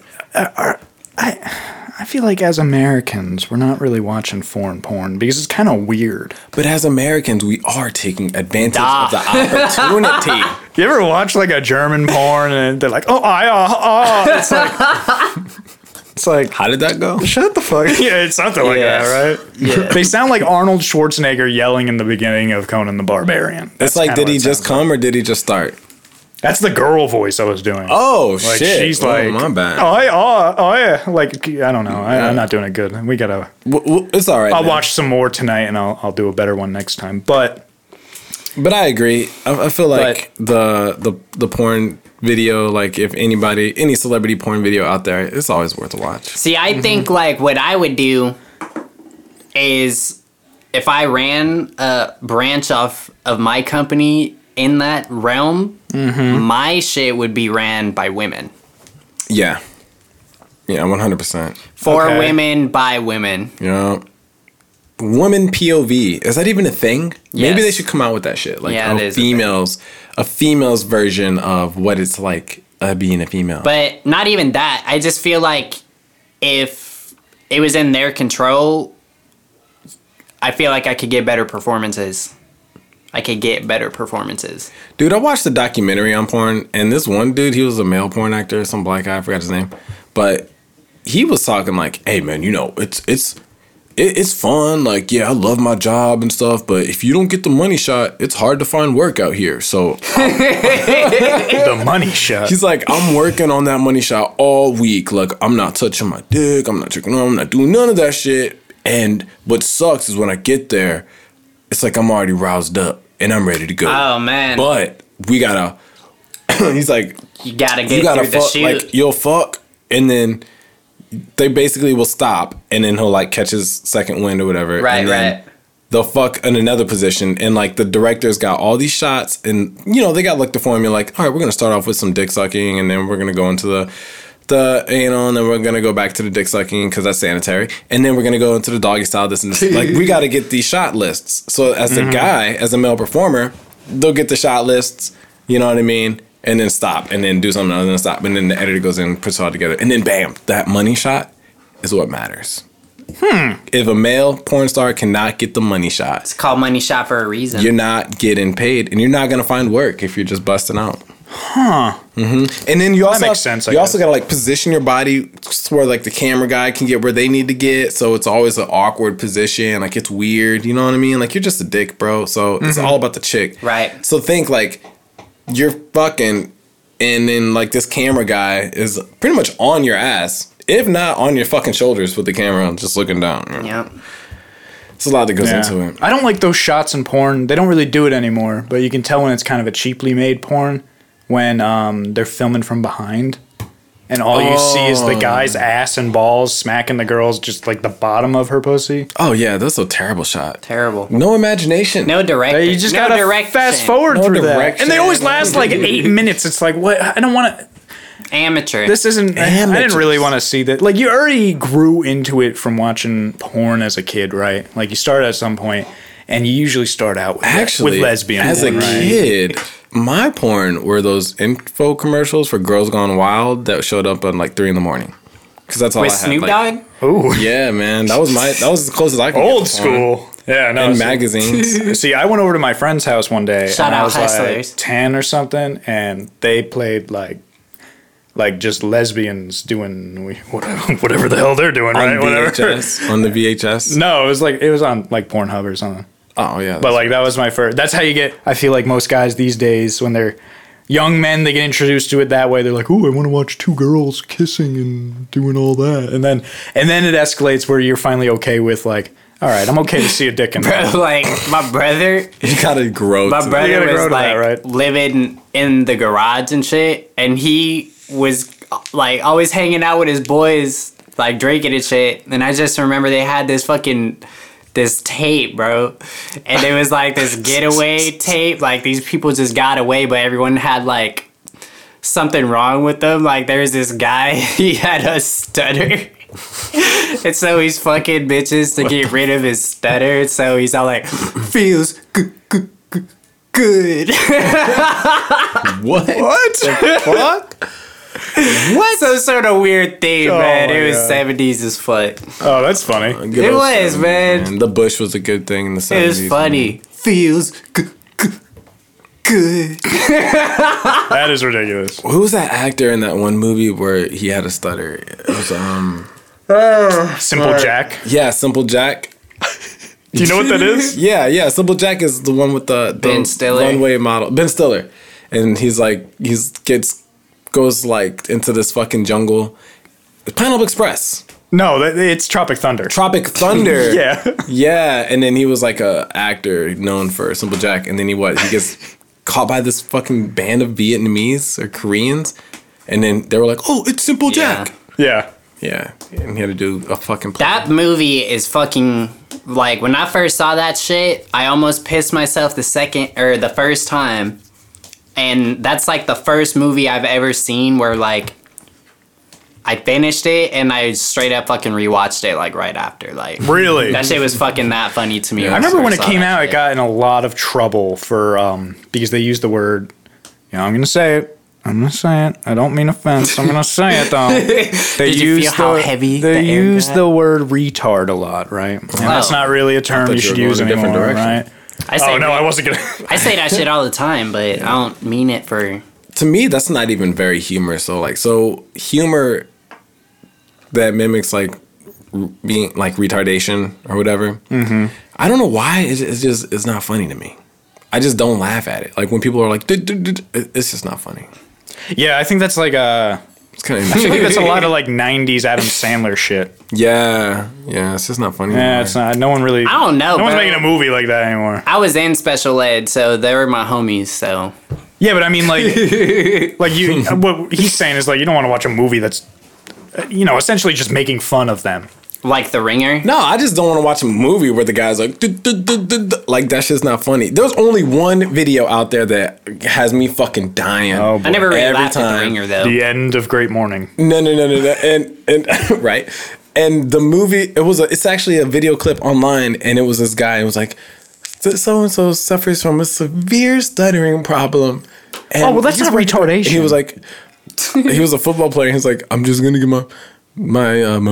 [SPEAKER 1] I feel like as Americans, we're not really watching foreign porn because it's kind of weird.
[SPEAKER 3] but as Americans we are taking advantage
[SPEAKER 2] Duh.
[SPEAKER 3] of the opportunity.
[SPEAKER 1] You ever watch like a German porn and they're like, oh, I, uh, uh. It's like, it's like,
[SPEAKER 3] How did that go?
[SPEAKER 1] Shut the fuck. Yeah, it's something like
[SPEAKER 2] Yeah.
[SPEAKER 1] that, right? Yeah. They sound like Arnold Schwarzenegger yelling in the beginning of Conan the Barbarian.
[SPEAKER 3] It's like
[SPEAKER 1] kinda
[SPEAKER 3] did
[SPEAKER 1] what
[SPEAKER 3] he
[SPEAKER 1] it
[SPEAKER 3] just
[SPEAKER 1] sounds
[SPEAKER 3] come or did he just start?
[SPEAKER 1] like. That's the girl voice I was doing.
[SPEAKER 3] Oh
[SPEAKER 1] like
[SPEAKER 3] shit.
[SPEAKER 1] she's
[SPEAKER 3] Oh,
[SPEAKER 1] like,
[SPEAKER 3] my bad.
[SPEAKER 1] Oh, yeah, oh, oh, yeah. Like I don't know. I, I'm not doing it good. We gotta.
[SPEAKER 3] W- w- it's all right.
[SPEAKER 1] I'll
[SPEAKER 3] man.
[SPEAKER 1] watch some more tonight, and I'll I'll do a better one next time. But
[SPEAKER 3] But I agree. I, I feel like the the the porn video like if anybody any celebrity porn video out there it's always worth a watch.
[SPEAKER 2] See, I think like what I would do is if I ran a branch off of my company in that realm, my shit would be ran by women.
[SPEAKER 3] Yeah. Yeah, 100%.
[SPEAKER 2] For
[SPEAKER 1] Okay.
[SPEAKER 2] women by women.
[SPEAKER 3] You know, woman POV. Is that even a thing? Maybe
[SPEAKER 2] Yes.
[SPEAKER 3] they should come out with that shit. Like
[SPEAKER 2] Yeah,
[SPEAKER 3] a
[SPEAKER 2] it is a thing.
[SPEAKER 3] females, a female's version of what it's like uh, being a female.
[SPEAKER 2] But not even that. I just feel like if it was in their control, I feel like I could get better performances. I could get better performances.
[SPEAKER 3] Dude, I watched a documentary on porn, and this one dude, he was a male porn actor, some black guy, I forgot his name, but he was talking like, "Hey, man, you know, it's it's it, it's fun. Like, yeah, I love my job and stuff, but if you don't get the money shot, it's hard to find work out here." So
[SPEAKER 1] the money shot.
[SPEAKER 3] he's like, "I'm working on that money shot all week. Like, I'm not touching my dick. I'm not checking. on, I'm not doing none of that shit." And what sucks is when I get there, it's like I'm already roused up and I'm ready to go.
[SPEAKER 2] Oh man,
[SPEAKER 3] But we gotta. he's like,
[SPEAKER 2] you gotta get
[SPEAKER 3] you gotta
[SPEAKER 2] through the
[SPEAKER 3] fuck.
[SPEAKER 2] shoot.
[SPEAKER 3] Like you'll fuck, and then they basically will stop, and then he'll like catch his second wind or whatever.
[SPEAKER 2] Right,
[SPEAKER 3] and then
[SPEAKER 2] right.
[SPEAKER 3] They'll fuck in another position, and like the director's got all these shots, and you know they got like the formula. Like, all right, we're gonna start off with some dick sucking, and then we're gonna go into the the anal, and then we're gonna go back to the dick sucking because that's sanitary, and then we're gonna go into the doggy style. This and this. like we got to get these shot lists. So as a guy, as a male performer, they'll get the shot lists. You know what I mean? And then stop, and then do something else, and then stop, and then the editor goes in, and puts it all together, and then bam, that money shot is what matters. Hmm. If a male porn star cannot get the money shot,
[SPEAKER 2] it's called money shot for a reason.
[SPEAKER 3] you're not getting paid, and you're not gonna find work if you're just busting out. Mm-hmm.
[SPEAKER 1] Huh.
[SPEAKER 3] And then you also
[SPEAKER 1] makes
[SPEAKER 3] have-
[SPEAKER 1] sense, I
[SPEAKER 3] you also
[SPEAKER 1] guess.
[SPEAKER 3] gotta like position your body s- where like the camera guy can get where they need to get. So it's always an awkward position. Like it's weird. You know what I mean? Like you're just a dick, bro. So it's
[SPEAKER 1] Mm-hmm.
[SPEAKER 3] all about the chick.
[SPEAKER 2] Right.
[SPEAKER 3] So think like you're fucking, and then like this camera guy is pretty much on your ass, if not on your fucking shoulders with the camera, just looking down.
[SPEAKER 2] Yep.
[SPEAKER 3] It's a lot that goes
[SPEAKER 1] Yeah.
[SPEAKER 3] into it.
[SPEAKER 1] I don't like those shots in porn. They don't really do it anymore, but you can tell when it's kind of a cheaply made porn when um, they're filming from behind and all you see is the guy's ass and balls smacking the girl's just like the bottom of her pussy.
[SPEAKER 3] Oh yeah, that's a terrible shot.
[SPEAKER 2] Terrible.
[SPEAKER 3] No imagination.
[SPEAKER 2] No direction.
[SPEAKER 1] you just
[SPEAKER 2] no
[SPEAKER 1] gotta
[SPEAKER 2] direction.
[SPEAKER 1] fast forward
[SPEAKER 3] No
[SPEAKER 1] through that.
[SPEAKER 3] direction.
[SPEAKER 1] And they always last like eight minutes. It's like, what? I don't want to.
[SPEAKER 2] Amateur.
[SPEAKER 1] This isn't. I- I
[SPEAKER 3] Amateurs.
[SPEAKER 1] didn't really want to see that. Like you already grew into it from watching porn as a kid, right? Like you start at some point, and you usually start out with,
[SPEAKER 3] actually
[SPEAKER 1] with lesbian
[SPEAKER 3] as
[SPEAKER 1] porn,
[SPEAKER 3] a
[SPEAKER 1] right?
[SPEAKER 3] kid my porn were those info commercials for girls gone wild that showed up on like three in the morning because that's all
[SPEAKER 2] with
[SPEAKER 3] Oh, i had
[SPEAKER 2] Snoop
[SPEAKER 3] like-
[SPEAKER 2] Dogg.
[SPEAKER 1] Ooh,
[SPEAKER 3] yeah man that was my that was the closest i could
[SPEAKER 1] old
[SPEAKER 3] get to porn.
[SPEAKER 1] school. Yeah, no.
[SPEAKER 3] and
[SPEAKER 1] see-
[SPEAKER 3] magazines
[SPEAKER 1] See, I went over to my friend's house one day.
[SPEAKER 2] Shout
[SPEAKER 1] and I
[SPEAKER 2] out
[SPEAKER 1] was
[SPEAKER 2] Hustlers.
[SPEAKER 1] like ten or something, and they played like. Like just lesbians doing whatever, whatever the hell they're doing,
[SPEAKER 3] on
[SPEAKER 1] right? Whatever.
[SPEAKER 3] vhs on the vhs
[SPEAKER 1] No, it was like it was on like Pornhub or something.
[SPEAKER 3] oh yeah
[SPEAKER 1] But like that was my first. That's how you get. I feel like most guys these days, when they're young men, they get introduced to it that way. They're like, "Oh, I want to watch two girls kissing and doing all that," and then and then it escalates where you're finally okay with like, "All right, I'm okay to see a dick in there."
[SPEAKER 2] Bro, like my brother,
[SPEAKER 3] you gotta grow
[SPEAKER 2] my
[SPEAKER 3] to
[SPEAKER 1] You
[SPEAKER 2] brother
[SPEAKER 1] gotta grow
[SPEAKER 2] was
[SPEAKER 1] to that,
[SPEAKER 2] like
[SPEAKER 1] right?
[SPEAKER 2] living in the garage and shit, and he was like always hanging out with his boys, like drinking and shit. And I just remember they had this fucking this tape, bro, and it was like this getaway tape. Like these people just got away, but everyone had like something wrong with them. Like there's this guy, he had a stutter. and so he's fucking bitches to get rid of his stutter. So he's all like, feels good, good, good.
[SPEAKER 3] what what the fuck
[SPEAKER 2] what? So sort of weird thing,
[SPEAKER 1] Oh
[SPEAKER 2] man.
[SPEAKER 1] my
[SPEAKER 2] It was
[SPEAKER 1] God.
[SPEAKER 2] 70s as fuck.
[SPEAKER 1] Oh, that's funny.
[SPEAKER 3] Good
[SPEAKER 2] It
[SPEAKER 3] old
[SPEAKER 2] was,
[SPEAKER 3] 70s,
[SPEAKER 2] man.
[SPEAKER 3] the bush was a good thing in the 70s
[SPEAKER 2] It was funny. Feels good, good, good.
[SPEAKER 1] That is ridiculous.
[SPEAKER 3] Who was that actor in that one movie where he had a stutter? It was um
[SPEAKER 1] Simple Jack.
[SPEAKER 3] yeah, Simple Jack.
[SPEAKER 1] Do you know what that is?
[SPEAKER 3] Yeah, yeah. Simple Jack is the one with the, the
[SPEAKER 2] Ben Stiller.
[SPEAKER 3] runway model. Ben Stiller, and he's like he's gets goes like into this fucking jungle. Pineapple Express,
[SPEAKER 1] No, that, it's Tropic Thunder.
[SPEAKER 3] Tropic Thunder.
[SPEAKER 1] yeah.
[SPEAKER 3] yeah. And then he was like a actor known for Simple Jack, and then he what he gets caught by this fucking band of Vietnamese or Koreans, and then they were like, "Oh, it's Simple
[SPEAKER 2] Yeah.
[SPEAKER 3] Jack."
[SPEAKER 1] Yeah.
[SPEAKER 3] Yeah, and he had to do a fucking. play.
[SPEAKER 2] That movie is fucking like when I first saw that shit, I almost pissed myself the second or the first time. And that's like the first movie I've ever seen where like I finished it and I straight up fucking rewatched it like right after. Like
[SPEAKER 1] Really?
[SPEAKER 2] that shit was fucking that funny to me.
[SPEAKER 3] Yeah.
[SPEAKER 1] I remember when it
[SPEAKER 2] first saw
[SPEAKER 1] came
[SPEAKER 2] that
[SPEAKER 1] out, it
[SPEAKER 2] shit.
[SPEAKER 1] got in a lot of trouble for um, because they used the word. You know, I'm gonna say it. I'm gonna say it. I don't mean offense. I'm gonna say it though. They
[SPEAKER 2] Did you feel how heavy
[SPEAKER 1] they
[SPEAKER 2] the air
[SPEAKER 1] use
[SPEAKER 2] got?
[SPEAKER 1] the word retard a lot, right? And that's
[SPEAKER 2] Oh.
[SPEAKER 1] not really a term
[SPEAKER 3] thought
[SPEAKER 1] you
[SPEAKER 3] you
[SPEAKER 1] should
[SPEAKER 3] were going
[SPEAKER 1] use
[SPEAKER 3] a different
[SPEAKER 1] anymore,
[SPEAKER 3] direction.
[SPEAKER 1] right?
[SPEAKER 2] I say, re- I,
[SPEAKER 1] Oh, wasn't gonna.
[SPEAKER 2] say that shit all the time, but I don't mean it for.
[SPEAKER 3] to me that's not even very humorous so like so humor that mimics like r- being like retardation or whatever
[SPEAKER 1] Mm-hmm.
[SPEAKER 3] i don't know why it's, it's just it's not funny to me i just don't laugh at it like when people are like "Duh, duh, duh, duh," it- it's just not funny
[SPEAKER 1] yeah, I think that's like a.
[SPEAKER 3] it's kind
[SPEAKER 1] I think that's
[SPEAKER 3] of
[SPEAKER 1] a lot of like '90s Adam Sandler shit.
[SPEAKER 3] yeah yeah it's just not funny
[SPEAKER 1] Yeah,
[SPEAKER 3] anymore.
[SPEAKER 1] it's not. No one really.
[SPEAKER 2] I don't know,
[SPEAKER 1] No one's
[SPEAKER 2] bro.
[SPEAKER 1] making a movie like that anymore.
[SPEAKER 2] I was in special ed, so they were my homies. So
[SPEAKER 1] Yeah, but I mean, like, like you. What he's saying is like you don't want to watch a movie that's, uh, you know, essentially just making fun of them.
[SPEAKER 2] like the ringer.
[SPEAKER 3] no, I just don't want to watch a movie where the guy's like, "Duh, duh, duh, duh, duh." like that shit's not funny. There's only one video out there that has me fucking dying.
[SPEAKER 1] Oh, boy.
[SPEAKER 2] I never really
[SPEAKER 3] Every
[SPEAKER 2] laughed at
[SPEAKER 3] time.
[SPEAKER 2] the ringer though.
[SPEAKER 1] The end of Great Morning.
[SPEAKER 3] No, no, no, no, no. And and right. And the movie, it was a, it's actually a video clip online, and it was this guy. It was like, so and so suffers from a severe stuttering problem. And
[SPEAKER 1] Oh, well, that's
[SPEAKER 3] he's
[SPEAKER 1] not
[SPEAKER 3] working-
[SPEAKER 1] retardation.
[SPEAKER 3] He was like, he was a football player. He was like, I'm just gonna get my. My um,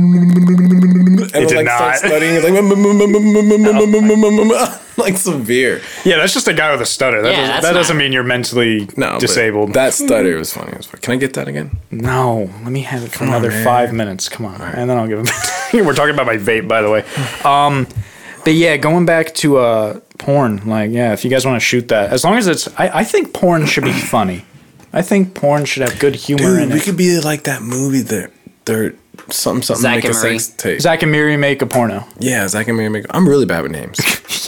[SPEAKER 3] it
[SPEAKER 1] did
[SPEAKER 3] like,
[SPEAKER 1] not.
[SPEAKER 3] starts stuttering. It's like, like severe.
[SPEAKER 1] Yeah, that's just a guy with a stutter. That,
[SPEAKER 2] Yeah,
[SPEAKER 1] doesn't,
[SPEAKER 2] that's
[SPEAKER 1] that doesn't
[SPEAKER 2] not-
[SPEAKER 1] mean you're mentally
[SPEAKER 3] No, but
[SPEAKER 1] disabled.
[SPEAKER 3] That stutter was funny. as fuck. Can I get that again?
[SPEAKER 1] no, let me have it for another
[SPEAKER 3] man.
[SPEAKER 1] five minutes. Come on, and then I'll give him. We're talking about my vape, by the way. Um, but yeah, going back to uh, porn. Like, yeah, if you guys want to shoot that, as long as it's, I, I think porn should be funny. I think porn should have good humor
[SPEAKER 3] Dude,
[SPEAKER 1] in
[SPEAKER 3] we
[SPEAKER 1] it.
[SPEAKER 3] could be like that movie that they're something something
[SPEAKER 2] Zack
[SPEAKER 3] make a
[SPEAKER 2] and Marie.
[SPEAKER 3] sex tape.
[SPEAKER 1] Zach and Miri make a porno.
[SPEAKER 3] yeah, Zach and Mary make. I'm really bad with names.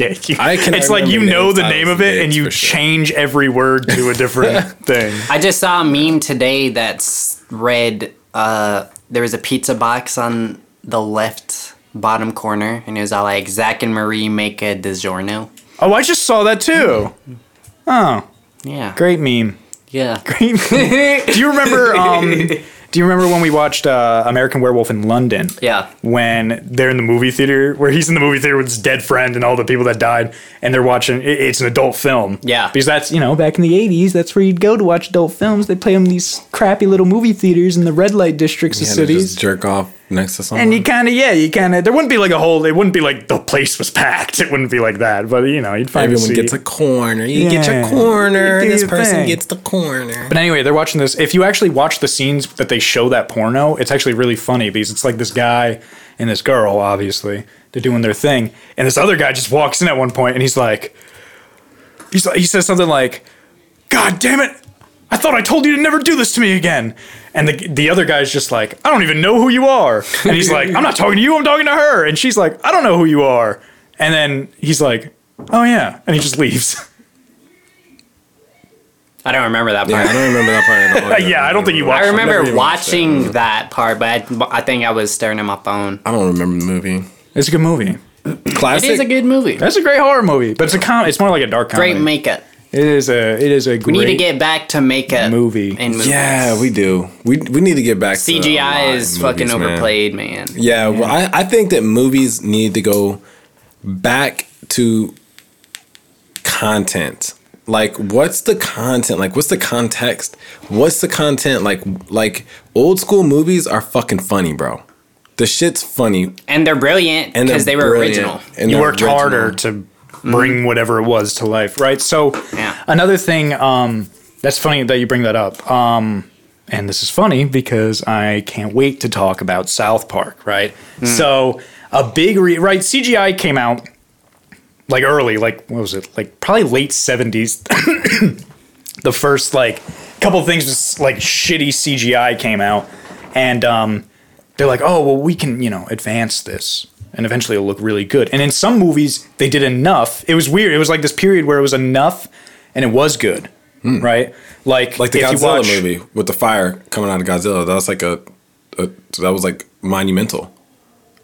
[SPEAKER 1] Yeah, you,
[SPEAKER 3] I cannot
[SPEAKER 1] it's like you
[SPEAKER 3] remember
[SPEAKER 1] know
[SPEAKER 3] names,
[SPEAKER 1] the
[SPEAKER 3] titles,
[SPEAKER 1] name of
[SPEAKER 3] and
[SPEAKER 1] it and
[SPEAKER 3] dates
[SPEAKER 1] you
[SPEAKER 3] for sure.
[SPEAKER 1] change every word to a different thing.
[SPEAKER 2] I just saw a meme today that's read. Uh, there was a pizza box on the left bottom corner, and it was all like Zach and Marie make a DiGiorno.
[SPEAKER 1] Oh, I just saw that too. Oh,
[SPEAKER 2] Yeah,
[SPEAKER 1] great meme.
[SPEAKER 2] Yeah,
[SPEAKER 1] do you remember? Um, do you remember when we watched uh, American Werewolf in London?
[SPEAKER 2] Yeah.
[SPEAKER 1] When they're in the movie theater, where he's in the movie theater with his dead friend and all the people that died, and they're watching. It, it's an adult film.
[SPEAKER 2] Yeah.
[SPEAKER 1] Because that's you know back in the '80s, that's where you'd go to watch adult films. They play them in these crappy little movie theaters in the red light districts
[SPEAKER 3] You
[SPEAKER 1] of
[SPEAKER 3] had to
[SPEAKER 1] cities.
[SPEAKER 3] just jerk off next to someone.
[SPEAKER 1] And you kind of, yeah, you kind of. There wouldn't be like a whole. It wouldn't be like the place was packed. It wouldn't be like that. But you know, you'd find
[SPEAKER 3] Everyone
[SPEAKER 1] see-
[SPEAKER 3] gets a corner. You get
[SPEAKER 1] Yeah.
[SPEAKER 3] your corner.
[SPEAKER 1] You do
[SPEAKER 3] This
[SPEAKER 1] your
[SPEAKER 3] person
[SPEAKER 1] thing.
[SPEAKER 3] gets the corner.
[SPEAKER 1] But anyway, they're watching this. If you actually watch the scenes that they show that porno, it's actually really funny because it's like this guy and this girl, obviously, they're doing their thing, and this other guy just walks in at one point and he's like, he's like, he says something like, "God damn it." I thought I told you to never do this to me again. And the, the other guy's just like, I don't even know who you are. And he's like, I'm not talking to you, I'm talking to her. And she's like, I don't know who you are. And then he's like, oh yeah. And he just leaves.
[SPEAKER 2] I don't remember that
[SPEAKER 3] yeah,
[SPEAKER 2] part.
[SPEAKER 3] I don't remember that part at all.
[SPEAKER 1] yeah, I don't think you watched
[SPEAKER 2] I
[SPEAKER 3] Never
[SPEAKER 2] remember
[SPEAKER 3] even watched that.
[SPEAKER 2] watching that part, but I, I think I was staring at my phone.
[SPEAKER 3] I don't remember the movie.
[SPEAKER 1] It's a good movie.
[SPEAKER 2] It
[SPEAKER 3] Classic.
[SPEAKER 2] is a good movie.
[SPEAKER 1] That's a great horror movie, but it's a com- It's more like a dark comedy.
[SPEAKER 2] Great makeup.
[SPEAKER 1] it is a. It is a great.
[SPEAKER 2] We need to get back to makeup
[SPEAKER 1] Movie.
[SPEAKER 2] and movies.
[SPEAKER 3] yeah, we do. We we need to get back. to
[SPEAKER 2] CGI
[SPEAKER 3] online
[SPEAKER 2] is fucking
[SPEAKER 3] movies, man.
[SPEAKER 2] overplayed, man.
[SPEAKER 3] Yeah, well, I, I think that movies need to go back to content. Like, what's the content? Like, what's the context? What's the content? Like, like old school movies are fucking funny, bro. The shit's funny,
[SPEAKER 2] And they're brilliant
[SPEAKER 3] and they're
[SPEAKER 2] because they were
[SPEAKER 3] brilliant,
[SPEAKER 2] original.
[SPEAKER 3] And
[SPEAKER 1] You
[SPEAKER 3] they're
[SPEAKER 1] worked
[SPEAKER 3] original.
[SPEAKER 1] harder to bring whatever it was to life, right? So,
[SPEAKER 2] Mm-hmm. Yeah.
[SPEAKER 1] another thing. Um, that's funny that you bring that up. Um, and this is funny because I can't wait to talk about South Park, right?
[SPEAKER 3] Mm.
[SPEAKER 1] So, a big re- right CGI came out like early, like what was it? Like probably late seventies. the first like couple things was like shitty CGI came out, and um, they're like, oh well, we can you know advance this, and eventually it'll look really good. And in some movies, they did enough. It was weird. It was like this period where it was enough, and it was good, right? Like
[SPEAKER 3] Hmm. Like the
[SPEAKER 1] if you
[SPEAKER 3] Godzilla
[SPEAKER 1] watch-
[SPEAKER 3] movie with the fire coming out of Godzilla. That was like a, a that was like monumental.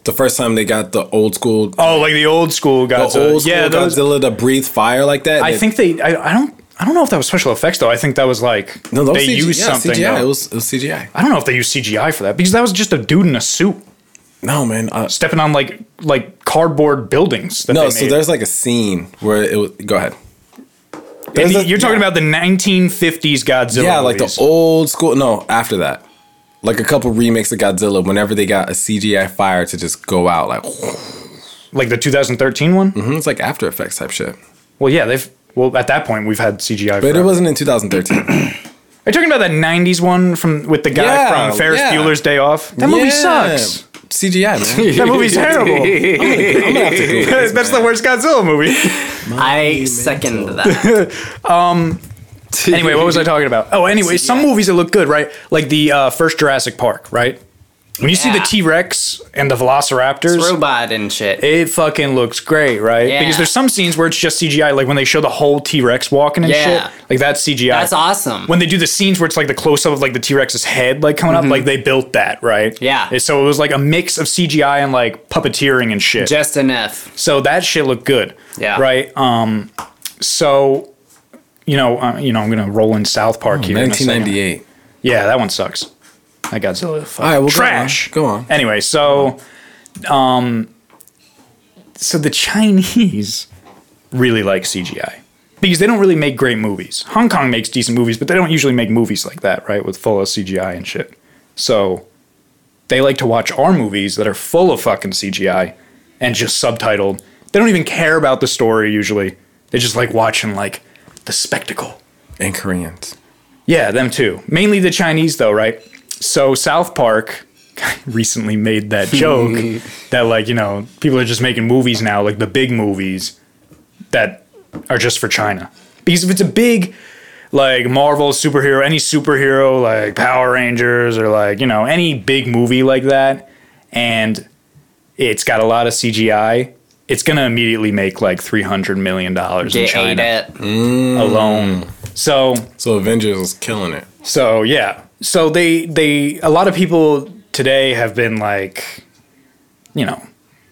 [SPEAKER 3] The first time they got the old school,
[SPEAKER 1] Oh, like the old school
[SPEAKER 3] the
[SPEAKER 1] Godzilla.
[SPEAKER 3] old school
[SPEAKER 1] yeah, those-
[SPEAKER 3] Godzilla to breathe fire like that.
[SPEAKER 1] I
[SPEAKER 3] they-
[SPEAKER 1] think they. I, I don't. I don't know if that was special effects though. I think that was like
[SPEAKER 3] No, that was
[SPEAKER 1] they
[SPEAKER 3] CGI.
[SPEAKER 1] used
[SPEAKER 3] yeah,
[SPEAKER 1] something.
[SPEAKER 3] CGI.
[SPEAKER 1] though.
[SPEAKER 3] It was, it was CGI.
[SPEAKER 1] I don't know if they used CGI for that because that was just a dude in a suit
[SPEAKER 3] No, man. Uh,
[SPEAKER 1] stepping on like like cardboard buildings. That
[SPEAKER 3] no,
[SPEAKER 1] they
[SPEAKER 3] so
[SPEAKER 1] made.
[SPEAKER 3] there's like a scene where it was. Go ahead.
[SPEAKER 1] And
[SPEAKER 3] There's a-
[SPEAKER 1] you're talking about the 1950s Godzilla.
[SPEAKER 3] yeah, like the
[SPEAKER 1] movies.
[SPEAKER 3] old school. No, after that, like a couple remakes of Godzilla. Whenever they got a CGI fire to just go out, like
[SPEAKER 1] like the 2013 one.
[SPEAKER 3] mhm, it's like After Effects type shit.
[SPEAKER 1] Well, yeah, they've. Well, at that point, we've had CGI.
[SPEAKER 3] But
[SPEAKER 1] forever.
[SPEAKER 3] it wasn't in 2013.
[SPEAKER 1] Are you talking about that '90s one from with the guy
[SPEAKER 3] Yeah,
[SPEAKER 1] from Ferris
[SPEAKER 3] yeah.
[SPEAKER 1] Bueller's Day Off? That movie
[SPEAKER 3] Yeah.
[SPEAKER 1] sucks.
[SPEAKER 3] CGI, man.
[SPEAKER 1] That movie's terrible.
[SPEAKER 3] I'm gonna have to Google this,
[SPEAKER 1] That's
[SPEAKER 3] man.
[SPEAKER 1] the worst Godzilla movie.
[SPEAKER 2] I second that.
[SPEAKER 1] anyway, what was I talking about? Oh, anyway, some movies that look good, right? Like the uh, first Jurassic Park, right? When you see the
[SPEAKER 2] Yeah.
[SPEAKER 1] T Rex and the
[SPEAKER 2] It's
[SPEAKER 1] Velociraptors,
[SPEAKER 2] robot and shit.
[SPEAKER 1] it fucking looks great, right?
[SPEAKER 2] Yeah.
[SPEAKER 1] Because there's some scenes where it's just CGI, like when they show the whole T Rex walking and
[SPEAKER 2] Yeah.
[SPEAKER 1] shit. Like that's CGI.
[SPEAKER 2] That's awesome.
[SPEAKER 1] when they do the scenes where it's like the close up of like the T Rex's head like coming up, like they built that, right?
[SPEAKER 2] Mm-hmm. Yeah.
[SPEAKER 1] And so it was like a mix of CGI and like puppeteering and shit.
[SPEAKER 2] Just enough.
[SPEAKER 1] so that shit looked good.
[SPEAKER 2] Yeah.
[SPEAKER 1] Right. Um. So, you know, uh, you know, I'm gonna roll in South Park here. in a second.
[SPEAKER 3] 1998.
[SPEAKER 1] Yeah, that one sucks. That Godzilla. fuck.
[SPEAKER 3] All right, well, go
[SPEAKER 1] trash.
[SPEAKER 3] on. Go on.
[SPEAKER 1] Anyway, so, um, so the Chinese really like CGI because they don't really make great movies. Hong Kong makes decent movies, but they don't usually make movies like that, right? With full of CGI and shit. So they like to watch our movies that are full of fucking CGI and just subtitled. They don't even care about the story usually. They just like watching like the spectacle.
[SPEAKER 3] And Koreans.
[SPEAKER 1] Yeah, them too. Mainly the Chinese, though, right? So South Park recently made that joke that, like, you know, people are just making movies now, like the big movies that are just for China. Because if it's a big, like, Marvel superhero, any superhero, like Power Rangers or, like, you know, any big movie like that, and it's got a lot of CGI, it's going to immediately make, like, $300 million in
[SPEAKER 2] Get ate
[SPEAKER 1] China
[SPEAKER 2] up.
[SPEAKER 1] alone. So
[SPEAKER 3] So Avengers was killing it.
[SPEAKER 1] so yeah, so they they a lot of people today have been like, you know,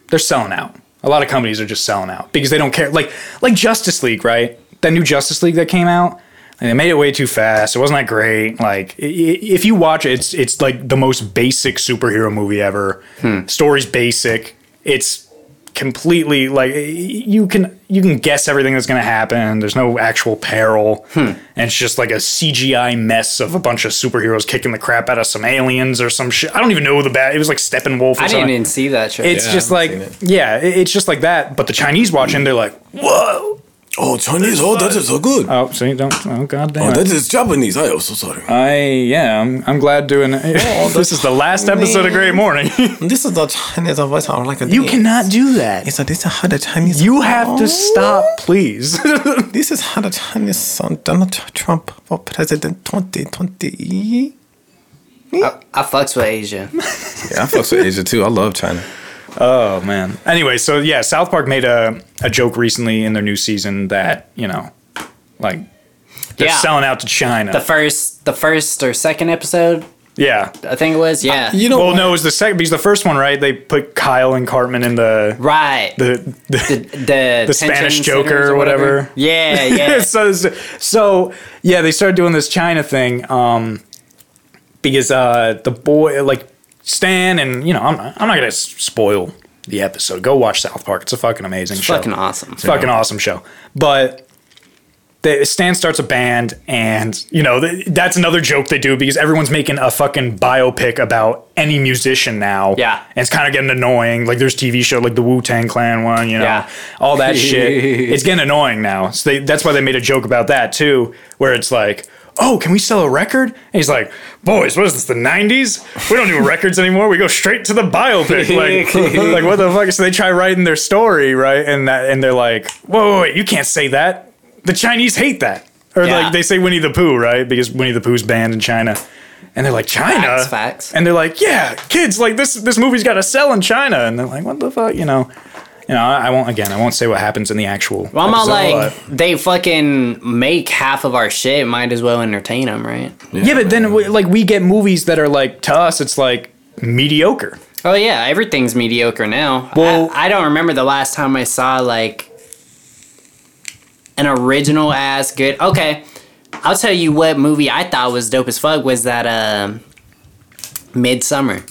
[SPEAKER 1] they're selling out. A lot of companies are just selling out because they don't care. Like like Justice League, right? That new Justice League that came out, and they made it way too fast. It wasn't that great. Like i- i- if you watch it, it's it's like the most basic superhero movie ever.
[SPEAKER 2] Hmm.
[SPEAKER 1] Story's basic. It's completely like you can you can guess everything that's going to happen. There's no actual peril,
[SPEAKER 2] Hmm.
[SPEAKER 1] and it's just like a CGI mess of a bunch of superheroes kicking the crap out of some aliens or some shit. I don't even know the bad. It was like Steppenwolf. Or
[SPEAKER 2] I
[SPEAKER 1] something.
[SPEAKER 2] didn't even see that shit.
[SPEAKER 1] It's
[SPEAKER 3] Yeah,
[SPEAKER 1] just
[SPEAKER 3] I haven't
[SPEAKER 1] like
[SPEAKER 3] seen
[SPEAKER 1] yeah, it- it's just like that. But the Chinese watching, they're like, whoa.
[SPEAKER 3] Oh, Chinese. Oh, that is so good.
[SPEAKER 1] Oh, see, don't. Oh, goddamn.
[SPEAKER 3] that is Japanese. I am so sorry.
[SPEAKER 1] I yeah, I'm, I'm glad doing it. this is the last episode of Great Morning.
[SPEAKER 3] Oh, This is the Chinese voice. I like
[SPEAKER 1] you cannot do that.
[SPEAKER 3] So this is how the Chinese.
[SPEAKER 1] You have to stop, please.
[SPEAKER 3] This is how the Chinese son Donald Trump for president 2020.
[SPEAKER 2] I fucks with Asia.
[SPEAKER 3] Yeah, I fucks with Asia too. I love China.
[SPEAKER 1] Oh man. Anyway, so yeah, South Park made a, a joke recently in their new season that you know, like they're
[SPEAKER 2] yeah.
[SPEAKER 1] selling out to China.
[SPEAKER 2] the first, the first or second episode,
[SPEAKER 1] yeah.
[SPEAKER 2] I think it
[SPEAKER 1] Uh,
[SPEAKER 2] was. Yeah.
[SPEAKER 3] You know,
[SPEAKER 1] Well, no, it was the second because the first one, right? They put Kyle and Cartman in the
[SPEAKER 2] right. The,
[SPEAKER 1] the,
[SPEAKER 2] the,
[SPEAKER 1] the
[SPEAKER 2] the,
[SPEAKER 1] Spanish
[SPEAKER 2] tension
[SPEAKER 1] Joker
[SPEAKER 2] centers
[SPEAKER 1] or whatever.
[SPEAKER 2] Yeah, yeah.
[SPEAKER 1] so, so yeah, they started doing this China thing um, because uh, the boy, like Stan, and you know, I'm I'm not gonna s- spoil the episode. Go watch South Park. It's a fucking amazing show.
[SPEAKER 2] Fucking awesome.
[SPEAKER 1] It's a fucking awesome show. But the, Stan starts a band, and you know th- that's another joke they do because everyone's making a fucking biopic about any musician now.
[SPEAKER 2] Yeah.
[SPEAKER 1] and it's kind of getting annoying. Like there's TV show like the Wu Tang Clan one, you know,
[SPEAKER 2] Yeah.
[SPEAKER 1] all that shit. It's getting annoying now. So they, that's why they made a joke about that too, where it's like. Oh, can we sell a record? And he's like, boys, what is this, the 90s? We don't do records anymore. We go straight to the biopic. Like, like what the fuck? So they try writing their story, right? And that, and they're like, whoa, whoa, wait, you can't say that. The Chinese hate that, or
[SPEAKER 2] Yeah.
[SPEAKER 1] like they say Winnie the Pooh, right? Because Winnie the Pooh's banned in China, and they're like China,
[SPEAKER 2] Facts, facts.
[SPEAKER 1] and they're like, yeah, kids, like this this movie's got to sell in China, and they're like, what the fuck, you know. You know, I, I won't again. I won't say what happens in the actual.
[SPEAKER 2] Well, I'm all
[SPEAKER 1] episode,
[SPEAKER 2] like,
[SPEAKER 1] but-
[SPEAKER 2] they fucking make half of our shit. Might as well entertain them, right?
[SPEAKER 1] yeah, but then we, like we get movies that are like to us, it's like mediocre.
[SPEAKER 2] Oh yeah, everything's mediocre now.
[SPEAKER 1] Well-
[SPEAKER 2] I, I don't remember the last time I saw like an original ass good. Okay, I'll tell you what movie I thought was dope as fuck was that um, Midsummer.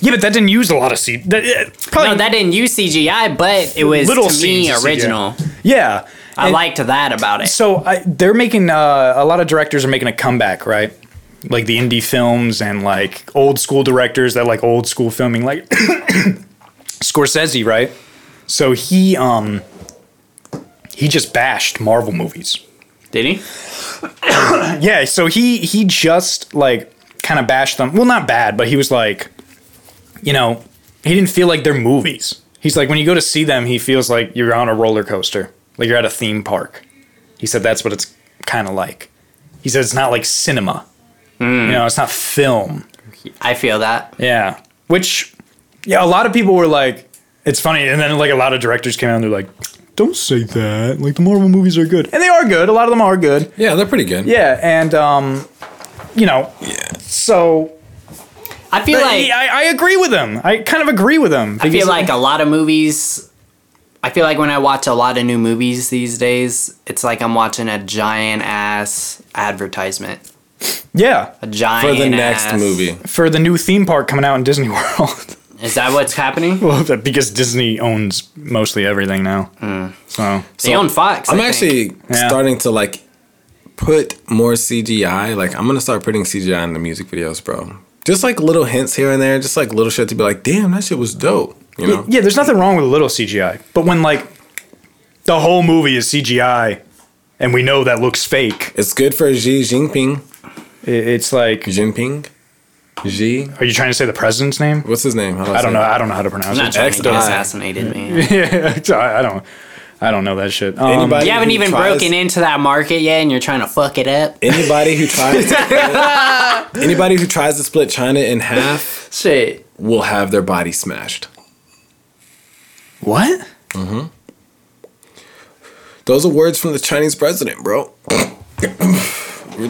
[SPEAKER 1] Yeah, but that didn't use a lot of C. That, eh, probably
[SPEAKER 2] No, that didn't use CGI, but it was
[SPEAKER 1] Little
[SPEAKER 2] to me
[SPEAKER 1] scenes of CGI.
[SPEAKER 2] original.
[SPEAKER 1] Yeah.
[SPEAKER 2] I
[SPEAKER 1] And
[SPEAKER 2] liked that about it.
[SPEAKER 1] So I, they're making uh, a lot of directors are making a comeback, right? Like the indie films and like old school directors that like old school filming, like Scorsese, right? So he um he just bashed Marvel movies.
[SPEAKER 2] Did he?
[SPEAKER 1] Yeah, so he he just like kind of bashed them. Well, not bad, but he was like, you know, he didn't feel like they're movies. He's like, when you go to see them, he feels like you're on a roller coaster, like you're at a theme park. He said that's what it's kind of like. He said it's not like cinema. You know, it's not film.
[SPEAKER 2] I feel that.
[SPEAKER 1] Yeah. Which, yeah, a lot of people were like, it's funny. And then, like, a lot of directors came out and they're like, don't say that. Like, the Marvel movies are good. And they are good. A lot of them are good.
[SPEAKER 3] Yeah, they're pretty good.
[SPEAKER 1] Yeah, and um, you know, so
[SPEAKER 2] I feel like
[SPEAKER 1] I, I agree with him. I kind of agree with him.
[SPEAKER 2] I feel
[SPEAKER 1] because-
[SPEAKER 2] like a lot of movies. I feel like when I watch a lot of new movies these days, it's like I'm watching a giant ass advertisement.
[SPEAKER 1] yeah,
[SPEAKER 2] A giant
[SPEAKER 3] For the next
[SPEAKER 2] ass-
[SPEAKER 3] movie.
[SPEAKER 1] for the new theme park coming out in Disney World.
[SPEAKER 2] Is that what's happening?
[SPEAKER 1] well, that- because Disney owns mostly everything now.
[SPEAKER 2] Mm.
[SPEAKER 1] So
[SPEAKER 2] they own Fox.
[SPEAKER 3] I'm
[SPEAKER 2] I think.
[SPEAKER 3] actually
[SPEAKER 1] Yeah.
[SPEAKER 3] starting to like put more CGI. Like I'm gonna start putting CGI in the music videos, bro. Just like little hints here and there, just like little shit to be like, damn, that shit was dope. You know?
[SPEAKER 1] yeah, there's nothing wrong with a little CGI, but when like the whole movie is CGI, and we know that looks fake,
[SPEAKER 3] It's good for Xi Jinping.
[SPEAKER 1] i- it's like,
[SPEAKER 3] Jinping? Xi?
[SPEAKER 1] are you trying to say the president's name?
[SPEAKER 3] What's his name? How do
[SPEAKER 1] I
[SPEAKER 3] say
[SPEAKER 1] don't know.
[SPEAKER 3] it?
[SPEAKER 1] I don't know how to pronounce
[SPEAKER 2] I'm not
[SPEAKER 1] it.
[SPEAKER 2] trying
[SPEAKER 3] X
[SPEAKER 2] to get
[SPEAKER 3] die.
[SPEAKER 2] assassinated, man.
[SPEAKER 1] yeah, I I don't. I don't know that shit. Um,
[SPEAKER 3] Anybody
[SPEAKER 2] You haven't
[SPEAKER 3] who
[SPEAKER 2] even
[SPEAKER 3] tries-
[SPEAKER 2] broken into that market yet, and you're trying to fuck it up.
[SPEAKER 3] Anybody who tries to- anybody who tries to split China in half
[SPEAKER 2] Shit.
[SPEAKER 3] will have their body smashed.
[SPEAKER 1] Um, What?
[SPEAKER 3] Those are words from the Chinese president, bro.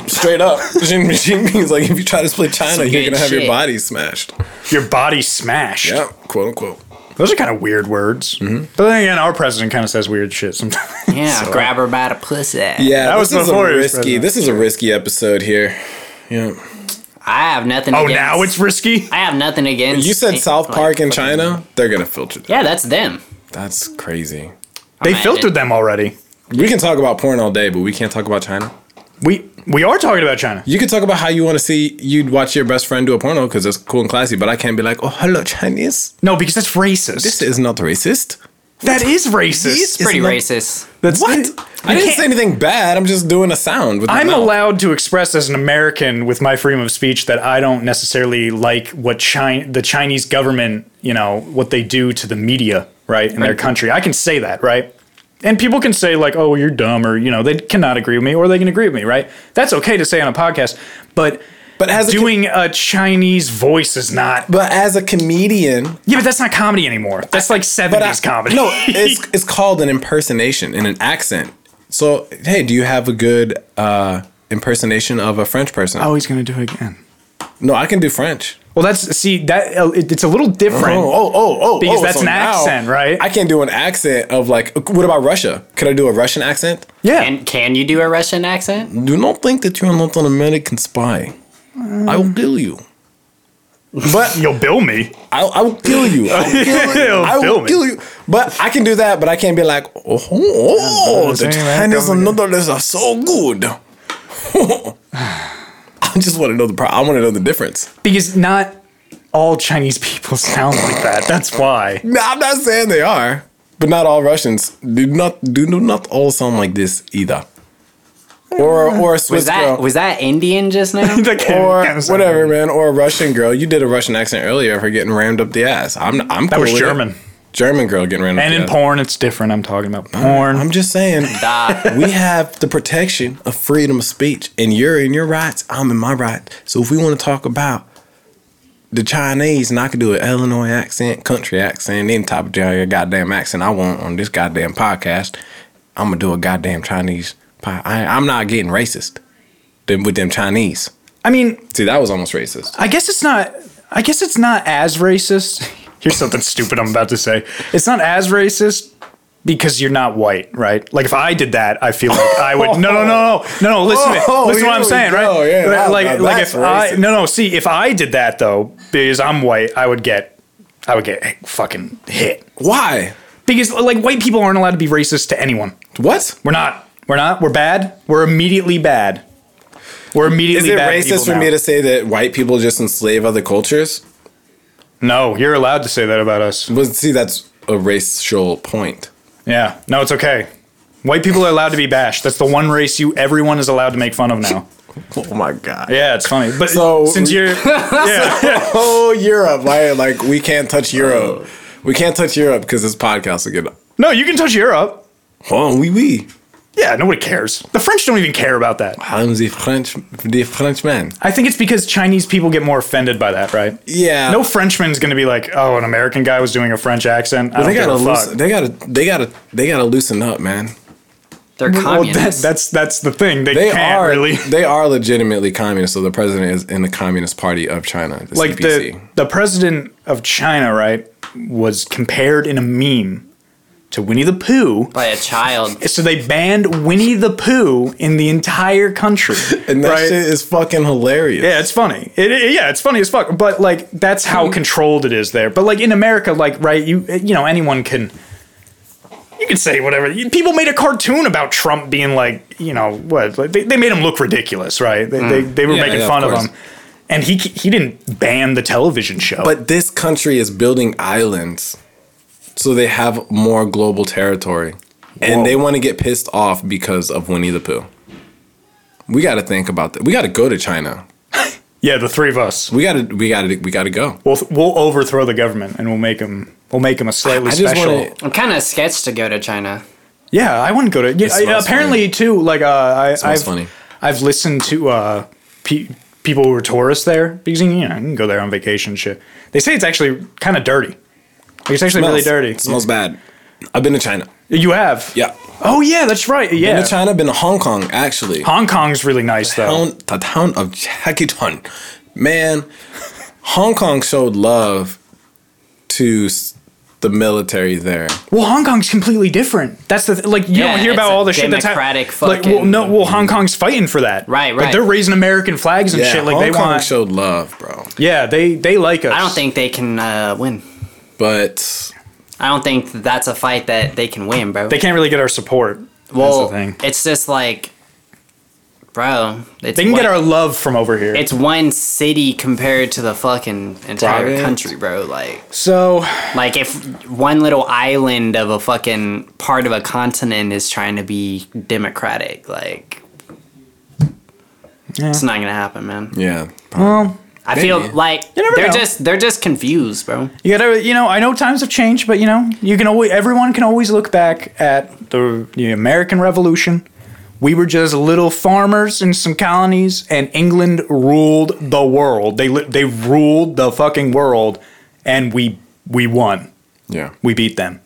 [SPEAKER 3] Straight up, Xi Jinping's like, if you try to split China,
[SPEAKER 2] Some
[SPEAKER 3] you're
[SPEAKER 2] good
[SPEAKER 3] gonna have
[SPEAKER 2] shit.
[SPEAKER 3] your body smashed.
[SPEAKER 1] Your body smashed.
[SPEAKER 3] Yeah, quote unquote.
[SPEAKER 1] Those are kind of weird words. But then again, our president kind of says weird shit sometimes.
[SPEAKER 2] Yeah, grab her by the pussy.
[SPEAKER 3] Yeah,
[SPEAKER 1] That was
[SPEAKER 3] this is a
[SPEAKER 1] before he was
[SPEAKER 3] risky.
[SPEAKER 1] president.
[SPEAKER 3] This is a risky episode here. Yeah,
[SPEAKER 2] I have nothing.
[SPEAKER 1] oh,
[SPEAKER 2] against,
[SPEAKER 1] now it's risky?
[SPEAKER 2] I have nothing against.
[SPEAKER 3] you said South
[SPEAKER 2] like,
[SPEAKER 3] Park in
[SPEAKER 2] fucking-
[SPEAKER 3] China, they're gonna filter. That.
[SPEAKER 2] Yeah, that's them.
[SPEAKER 3] That's crazy.
[SPEAKER 1] They
[SPEAKER 2] Imagine.
[SPEAKER 1] filtered them already.
[SPEAKER 3] We can talk about porn all day, but we can't talk about China.
[SPEAKER 1] We we are talking about China.
[SPEAKER 3] You can talk about how you want to see you'd watch your best friend do a porno because it's cool and classy, but I can't be like, oh, hello Chinese.
[SPEAKER 1] No, because that's racist.
[SPEAKER 3] This is not racist.
[SPEAKER 1] that is racist.
[SPEAKER 2] It's pretty
[SPEAKER 3] Isn't that-
[SPEAKER 2] racist.
[SPEAKER 1] That's
[SPEAKER 3] What? I didn't
[SPEAKER 1] can't-
[SPEAKER 3] say anything bad. I'm just doing a sound. With my
[SPEAKER 1] I'm
[SPEAKER 3] mouth.
[SPEAKER 1] allowed to express as an American with my freedom of speech that I don't necessarily like what China, the Chinese government, you know, what they do to the media, right, in their country. I can say that, right? And people can say like, "Oh, you're dumb," or you know, they cannot agree with me, or they can agree with me, right? That's okay to say on a podcast, but
[SPEAKER 3] But as a co-
[SPEAKER 1] doing a Chinese voice is not.
[SPEAKER 3] But as a comedian,
[SPEAKER 1] Yeah, but that's not comedy anymore. That's like
[SPEAKER 3] but I-
[SPEAKER 1] seventies comedy.
[SPEAKER 3] No, it's it's called an impersonation in an accent. So hey, do you have a good uh, impersonation of a French person?
[SPEAKER 1] oh, he's gonna do it again.
[SPEAKER 3] No, I can do French.
[SPEAKER 1] Well, that's see that uh, it, it's a little different.
[SPEAKER 3] Oh, oh, oh, oh!
[SPEAKER 1] Because
[SPEAKER 3] oh,
[SPEAKER 1] that's an accent, right?
[SPEAKER 3] I can't do an accent of like. What about Russia? Could I do a Russian accent?
[SPEAKER 1] yeah,
[SPEAKER 2] And can you do a Russian accent?
[SPEAKER 3] Do not think that you are not an American spy. I will kill you. But
[SPEAKER 1] you'll bill me.
[SPEAKER 3] I, I will kill you. I will kill you.
[SPEAKER 1] You'll
[SPEAKER 3] I
[SPEAKER 1] bill
[SPEAKER 3] will
[SPEAKER 1] me.
[SPEAKER 3] kill you. But I can do that, but I can't be like, oh, oh, oh,
[SPEAKER 1] that's
[SPEAKER 3] the
[SPEAKER 1] what I'm saying,
[SPEAKER 3] Chinese
[SPEAKER 1] man.
[SPEAKER 3] and noodles are so good. I just want to know the pro- I want to know the difference.
[SPEAKER 1] because not all Chinese people sound like that. That's why.
[SPEAKER 3] No, I'm not saying they are, but not all Russians do not do not all sound like this either. Or or a Swiss
[SPEAKER 2] Was that
[SPEAKER 3] girl.
[SPEAKER 2] was that Indian just now?
[SPEAKER 3] or whatever, man, or a Russian girl. You did a Russian accent earlier of her getting rammed up the ass. I'm I'm
[SPEAKER 1] That was
[SPEAKER 3] cool with it.
[SPEAKER 1] German.
[SPEAKER 3] German girl getting rammed up
[SPEAKER 1] And
[SPEAKER 3] the
[SPEAKER 1] in
[SPEAKER 3] ass.
[SPEAKER 1] porn, it's different. I'm talking about porn.
[SPEAKER 3] I'm just saying.
[SPEAKER 2] Nah.
[SPEAKER 3] we have the protection of freedom of speech, and you're in your rights. I'm in my rights. So if we want to talk about the Chinese, and I can do an Illinois accent, country accent, any type of j- goddamn accent I want on this goddamn podcast, I'm gonna do a goddamn Chinese. Pie. I, I'm not getting racist them- with them Chinese.
[SPEAKER 1] I mean,
[SPEAKER 3] See, that was almost racist.
[SPEAKER 1] I guess it's not. I guess it's not as racist. Here's something stupid I'm about to say. It's not as racist because you're not white, right? Like if I did that, I feel like I would. No, no, no, no, no. no listen, to
[SPEAKER 3] Oh,
[SPEAKER 1] me. listen to what I'm
[SPEAKER 3] here we
[SPEAKER 1] saying,
[SPEAKER 3] go.
[SPEAKER 1] right?
[SPEAKER 3] Yeah,
[SPEAKER 1] But
[SPEAKER 3] that-
[SPEAKER 1] like,
[SPEAKER 3] now
[SPEAKER 1] like
[SPEAKER 3] that's
[SPEAKER 1] if I
[SPEAKER 3] racist.
[SPEAKER 1] no, no. See, if I did that though, because I'm white, I would get, I would get fucking hit.
[SPEAKER 3] Why?
[SPEAKER 1] Because like white people aren't allowed to be racist to anyone.
[SPEAKER 3] What?
[SPEAKER 1] We're not. We're not. We're bad. We're immediately bad. We're
[SPEAKER 3] Is
[SPEAKER 1] immediately
[SPEAKER 3] it
[SPEAKER 1] bad
[SPEAKER 3] racist
[SPEAKER 1] people
[SPEAKER 3] for
[SPEAKER 1] now.
[SPEAKER 3] me to say that white people just enslave other cultures?
[SPEAKER 1] No, you're allowed to say that about us.
[SPEAKER 3] But see, that's a racial point.
[SPEAKER 1] Yeah. No, it's okay. White people are allowed to be bashed. That's the one race you everyone is allowed to make fun of now.
[SPEAKER 3] Oh my god.
[SPEAKER 1] Yeah, it's funny. But
[SPEAKER 3] So-
[SPEAKER 1] since you're yeah, yeah.
[SPEAKER 3] Oh Europe, I, like we can't touch Europe. We can't touch Europe because this podcast will get.
[SPEAKER 1] No, you can touch Europe.
[SPEAKER 3] Oh, oui, oui.
[SPEAKER 1] Yeah, nobody cares. The French don't even care about that.
[SPEAKER 3] I'm the French, the Frenchman.
[SPEAKER 1] I think it's because Chinese people get more offended by that, right?
[SPEAKER 3] Yeah.
[SPEAKER 1] No Frenchman's gonna be like, oh, an American guy was doing a French accent. I don't
[SPEAKER 3] They
[SPEAKER 1] give
[SPEAKER 3] gotta,
[SPEAKER 1] a fuck.
[SPEAKER 3] loosen, they gotta, they gotta, they gotta loosen up, man.
[SPEAKER 2] They're
[SPEAKER 1] Well, that-
[SPEAKER 2] communists.
[SPEAKER 1] that's that's the thing. They,
[SPEAKER 3] They
[SPEAKER 1] can't
[SPEAKER 3] are,
[SPEAKER 1] really
[SPEAKER 3] they are legitimately communist. So the president is in the Communist Party of China, the
[SPEAKER 1] like
[SPEAKER 3] CPC.
[SPEAKER 1] the the president of China, right, was compared in a meme to Winnie the Pooh.
[SPEAKER 2] by a child.
[SPEAKER 1] So they banned Winnie the Pooh in the entire country.
[SPEAKER 3] and that
[SPEAKER 1] right?
[SPEAKER 3] shit is fucking hilarious.
[SPEAKER 1] Yeah, it's funny. It, it- yeah, it's funny as fuck. But like, that's
[SPEAKER 3] Hmm.
[SPEAKER 1] how controlled it is there. But like in America, like right, you you know anyone can. You can say whatever. You- People made a cartoon about Trump being like, you know, what? Like they, they made him look ridiculous, right? They, they, they were
[SPEAKER 3] Yeah,
[SPEAKER 1] making
[SPEAKER 3] yeah, of
[SPEAKER 1] fun of,
[SPEAKER 3] course.
[SPEAKER 1] him, and he he didn't ban the television show.
[SPEAKER 3] But this country is building islands, so they have more global territory, and
[SPEAKER 1] Whoa.
[SPEAKER 3] they want to get pissed off because of Winnie the Pooh. We got to think about that. We got to go to China.
[SPEAKER 1] yeah, the three of us,
[SPEAKER 3] We got to. We got to. We got to go.
[SPEAKER 1] we'll we'll overthrow the government and we'll make him we'll make him a slightly
[SPEAKER 3] I just
[SPEAKER 1] special.
[SPEAKER 3] wanna-
[SPEAKER 2] I'm kind of sketched to go to China.
[SPEAKER 1] Yeah, I wouldn't go to. Yeah,
[SPEAKER 3] It
[SPEAKER 1] I,
[SPEAKER 3] smells
[SPEAKER 1] apparently too. Like, uh, I,
[SPEAKER 3] smells
[SPEAKER 1] I've
[SPEAKER 3] funny.
[SPEAKER 1] I've listened to uh, pe- people who are tourists there because you know you can go there on vacation and shit. They say it's actually kind of dirty. Like, it's actually really
[SPEAKER 3] Smells-
[SPEAKER 1] dirty.
[SPEAKER 3] Smells bad. I've been to China.
[SPEAKER 1] You have.
[SPEAKER 3] Yeah.
[SPEAKER 1] Oh yeah, that's right.
[SPEAKER 3] Been
[SPEAKER 1] Yeah.
[SPEAKER 3] to China. Been to Hong Kong. Actually,
[SPEAKER 1] Hong Kong's really nice though.
[SPEAKER 3] town, the town of Hackathon. Man, Hong Kong showed love to s- the military there.
[SPEAKER 1] Well, Hong Kong's completely different. That's the th- like you
[SPEAKER 2] Yeah,
[SPEAKER 1] don't hear
[SPEAKER 2] it's
[SPEAKER 1] about
[SPEAKER 2] a
[SPEAKER 1] all the shit that's
[SPEAKER 2] democratic
[SPEAKER 1] hap- Like, well,
[SPEAKER 2] fucking-
[SPEAKER 1] no, well, Hong Kong's fighting for that.
[SPEAKER 2] Right,
[SPEAKER 1] Like
[SPEAKER 2] right.
[SPEAKER 1] they're raising American flags and
[SPEAKER 3] Mm-hmm. Yeah,
[SPEAKER 1] shit. Like
[SPEAKER 3] Hong
[SPEAKER 1] they
[SPEAKER 3] Kong
[SPEAKER 1] want.
[SPEAKER 3] showed love, bro.
[SPEAKER 1] yeah, they they like us.
[SPEAKER 2] I don't think they can uh, win.
[SPEAKER 3] But
[SPEAKER 2] I don't think that that's a fight that they can win, bro.
[SPEAKER 1] they can't really get our support.
[SPEAKER 2] well,
[SPEAKER 1] that's the thing.
[SPEAKER 2] it's just like, bro. It's
[SPEAKER 1] They can
[SPEAKER 2] one,
[SPEAKER 1] get our love from over here.
[SPEAKER 2] It's one city compared to the fucking entire
[SPEAKER 3] Province.
[SPEAKER 2] country, bro. Like,
[SPEAKER 1] so
[SPEAKER 2] like if one little island of a fucking part of a continent is trying to be democratic, like. It's not gonna happen, man.
[SPEAKER 3] yeah,
[SPEAKER 1] Well,
[SPEAKER 2] I
[SPEAKER 3] Maybe.
[SPEAKER 2] feel like
[SPEAKER 1] You never
[SPEAKER 2] they're
[SPEAKER 1] know.
[SPEAKER 2] just they're just confused, bro.
[SPEAKER 1] you gotta, you know, I know times have changed, but you know, you can always, everyone can always look back at the, the American Revolution. We were just little farmers in some colonies, and England ruled the world. They li- they ruled the fucking world, and we we won.
[SPEAKER 3] yeah.
[SPEAKER 1] We beat them.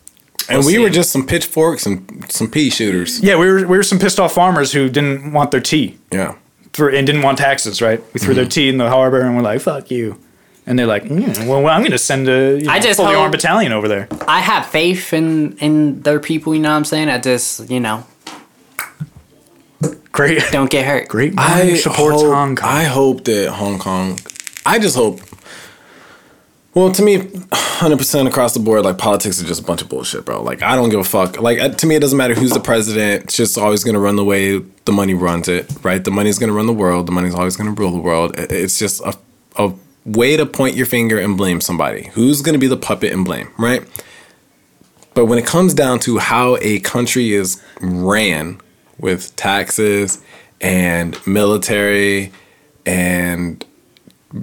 [SPEAKER 3] And
[SPEAKER 2] We'll
[SPEAKER 3] we
[SPEAKER 2] see.
[SPEAKER 3] were just some pitchforks and some pea shooters.
[SPEAKER 1] Yeah, we were we were some pissed off farmers who didn't want their tea
[SPEAKER 3] Yeah.
[SPEAKER 1] threw, and didn't want taxes. Right? We
[SPEAKER 3] Mm-hmm.
[SPEAKER 1] threw their tea in the harbor, and we're like, "Fuck you." And they're like, mm, well, I'm going to send a you know,
[SPEAKER 2] I just
[SPEAKER 1] fully
[SPEAKER 2] hope-
[SPEAKER 1] armed battalion over there.
[SPEAKER 2] I have faith in in their people. You know what I'm saying? I just you know
[SPEAKER 1] Great.
[SPEAKER 2] don't get hurt.
[SPEAKER 1] Great mind supports
[SPEAKER 3] hope,
[SPEAKER 1] Hong Kong.
[SPEAKER 3] I hope that Hong Kong. I just hope. Well, to me, 100% across the board, like politics are just a bunch of bullshit, bro. Like, I don't give a fuck. Like, uh, to me, it doesn't matter who's the president. It's just always going to run the way the money runs it, right? The money's going to run the world. The money's always going to rule the world. I- It's just a, a way to point your finger and blame somebody. Who's going to be the puppet and blame, right? But when it comes down to how a country is ran with taxes and military and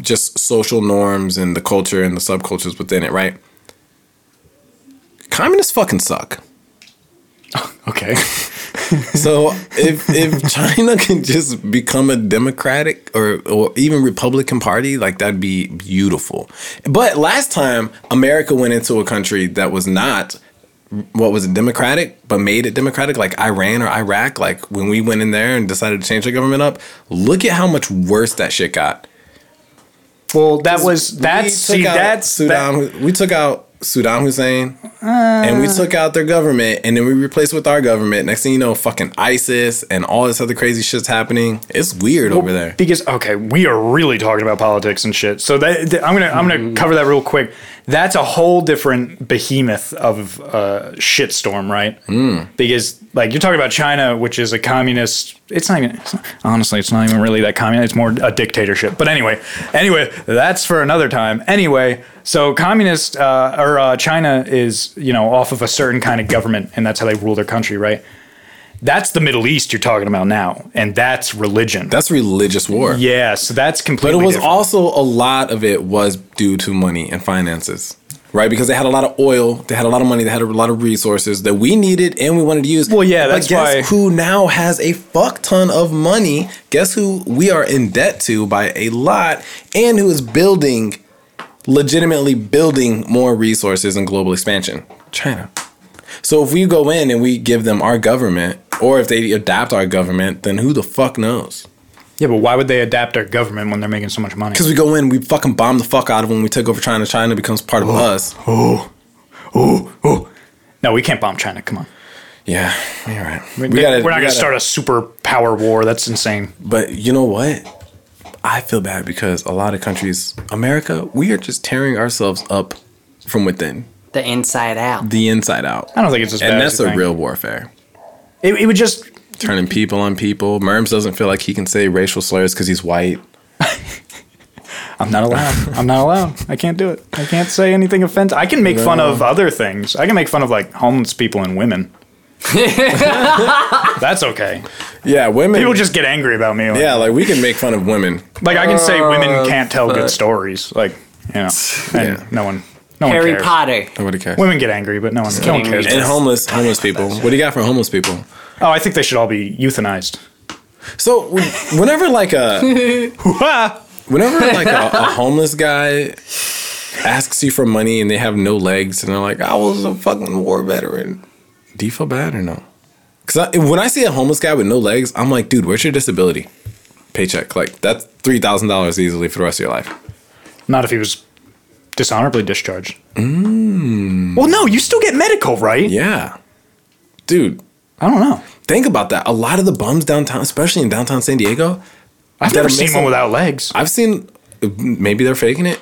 [SPEAKER 3] just social norms and the culture and the subcultures within it, right? Communists fucking suck.
[SPEAKER 1] okay.
[SPEAKER 3] So if if China can just become a democratic or or even Republican party, like that'd be beautiful. But last time America went into a country that was not what was it democratic but made it democratic like Iran or Iraq like when we went in there and decided to change the government up look at how much worse that shit got
[SPEAKER 1] Well, that was that's
[SPEAKER 3] we
[SPEAKER 1] see
[SPEAKER 3] took out
[SPEAKER 1] that's that,
[SPEAKER 3] Saddam we took out Saddam Hussein and we took out their government and then we replaced it with our government. Next thing you know, fucking ISIS and all this other crazy shit's happening. It's weird over there.
[SPEAKER 1] because okay, we are really talking about politics and shit. So that, that- I'm gonna I'm gonna cover that real quick. that's a whole different behemoth of uh, shitstorm, right? Mm. Because like you're talking about China, which is a communist. It's not even it's not- honestly, it's not even really that communist. It's more a dictatorship. But anyway, anyway, that's for another time. Anyway, so communist uh, or uh, China is you know off of a certain kind of government, and that's how they rule their country, right? That's the Middle East you're talking about now, and that's religion.
[SPEAKER 3] That's religious war.
[SPEAKER 1] yeah, so that's
[SPEAKER 3] But
[SPEAKER 1] completely.
[SPEAKER 3] it was
[SPEAKER 1] different.
[SPEAKER 3] also a lot of it was due to money and finances, right? Because they had a lot of oil, they had a lot of money, they had a lot of resources that we needed and we wanted to use.
[SPEAKER 1] Well, yeah, that's
[SPEAKER 3] but guess
[SPEAKER 1] why-
[SPEAKER 3] who now has a fuck ton of money? Guess who we are in debt to by a lot, and who is building, legitimately building more resources and global expansion? China. So if we go in and we give them our government, or if they adopt our government, then who the fuck knows?
[SPEAKER 1] yeah, but why would they adapt our government when they're making so much money?
[SPEAKER 3] Because we go in, we fucking bomb the fuck out of them. We take over China. China becomes part of us.
[SPEAKER 1] No, we can't bomb China. Come on.
[SPEAKER 3] Yeah, you're right. We
[SPEAKER 1] We are not
[SPEAKER 3] gotta, we
[SPEAKER 1] going to
[SPEAKER 3] gotta-
[SPEAKER 1] start a superpower war. That's insane.
[SPEAKER 3] But you know what? I feel bad because a lot of countries, America, we are just tearing ourselves up from within,
[SPEAKER 2] The inside out.
[SPEAKER 3] the inside out,
[SPEAKER 1] I don't think it's as bad.
[SPEAKER 3] and
[SPEAKER 1] as
[SPEAKER 3] that's
[SPEAKER 1] you
[SPEAKER 3] a
[SPEAKER 1] think.
[SPEAKER 3] real warfare.
[SPEAKER 1] It, it would just.
[SPEAKER 3] Turning people on people. Merms doesn't feel like he can say racial slurs because he's white.
[SPEAKER 1] I'm not allowed. I'm not allowed. I can't do it. I can't say anything offensive. I can make fun of other things. I can make fun of like homeless people and women. that's okay.
[SPEAKER 3] Yeah, women.
[SPEAKER 1] People just get angry about me. Like,
[SPEAKER 3] yeah, like we can make fun of women.
[SPEAKER 1] Like I can say women can't tell good stories. Like you know, and
[SPEAKER 3] Yeah.
[SPEAKER 1] no one, no
[SPEAKER 2] Harry
[SPEAKER 1] one cares.
[SPEAKER 2] Potter.
[SPEAKER 3] Nobody cares.
[SPEAKER 1] Women get angry, but no one, no one
[SPEAKER 2] kidding.
[SPEAKER 1] cares.
[SPEAKER 3] and homeless, homeless people. What do you got for homeless people?
[SPEAKER 1] Oh, I think they should all be euthanized.
[SPEAKER 3] So whenever like a
[SPEAKER 1] Wah!
[SPEAKER 3] Whenever like a, a homeless guy asks you for money and they have no legs and they're like, "I was a fucking war veteran," do you feel bad or no? Because when I see a homeless guy with no legs, I'm like, "Dude, where's your disability paycheck? Like that's three thousand dollars easily for the rest of your life."
[SPEAKER 1] Not if he was dishonorably discharged. Well, no, you still get medical, right?
[SPEAKER 3] Yeah, dude,
[SPEAKER 1] I don't know.
[SPEAKER 3] think about that. A lot of the bums downtown, especially in downtown San Diego,
[SPEAKER 1] I've
[SPEAKER 3] Gotta
[SPEAKER 1] never
[SPEAKER 3] miss
[SPEAKER 1] seen one
[SPEAKER 3] him.
[SPEAKER 1] without legs.
[SPEAKER 3] I've seen maybe they're faking it.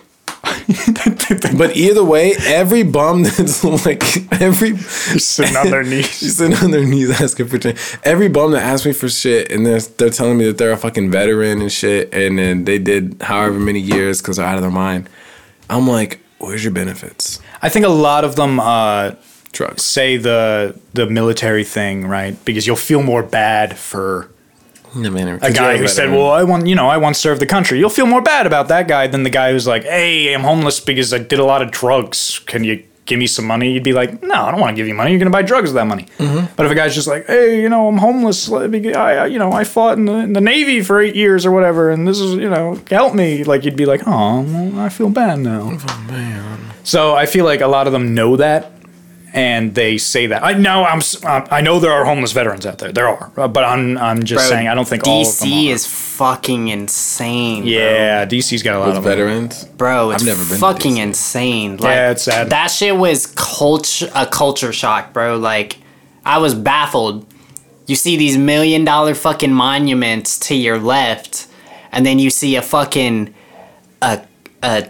[SPEAKER 3] but either way, every bum that's like every
[SPEAKER 1] Sitting on their knees.
[SPEAKER 3] She's sitting on their knees asking for change. Every bum that asks me for shit, and they're, they're telling me that they're a fucking veteran and shit, and then they did however many years because they're out of their mind. I'm like, where's your benefits?
[SPEAKER 1] I think a lot of them uh,
[SPEAKER 3] Drugs.
[SPEAKER 1] say the the military thing, right? Because you'll feel more bad for
[SPEAKER 3] No, man,
[SPEAKER 1] a guy who said, "Well, I want you know, I once served the country." You'll feel more bad about that guy than the guy who's like, "Hey, I'm homeless because I did a lot of drugs. Can you give me some money?" You'd be like, "No, I don't want to give you money. You're gonna buy drugs with that money." But if a guy's just like, "Hey, you know, I'm homeless. Let me, get- I, I- you know, I fought in the, in the Navy for eight years or whatever, and this is, you know, help me," like you'd be like, "Oh, well, I feel bad now." So I feel like a lot of them know that, and they say that. I know I'm. s- uh, I know there are homeless veterans out there. There are, Uh, but I'm. I'm just
[SPEAKER 2] Bro,
[SPEAKER 1] saying. I don't think
[SPEAKER 2] DC
[SPEAKER 1] all of them are.
[SPEAKER 2] is fucking insane. bro.
[SPEAKER 1] Yeah, DC's got a lot of them.
[SPEAKER 3] veterans.
[SPEAKER 2] Bro, it's
[SPEAKER 3] I've never been to
[SPEAKER 2] fucking
[SPEAKER 3] DC.
[SPEAKER 2] insane. Like,
[SPEAKER 1] Yeah, it's sad.
[SPEAKER 2] That shit was culture a culture shock, bro. Like, I was baffled. You see these million dollar fucking monuments to your left, and then you see a fucking a a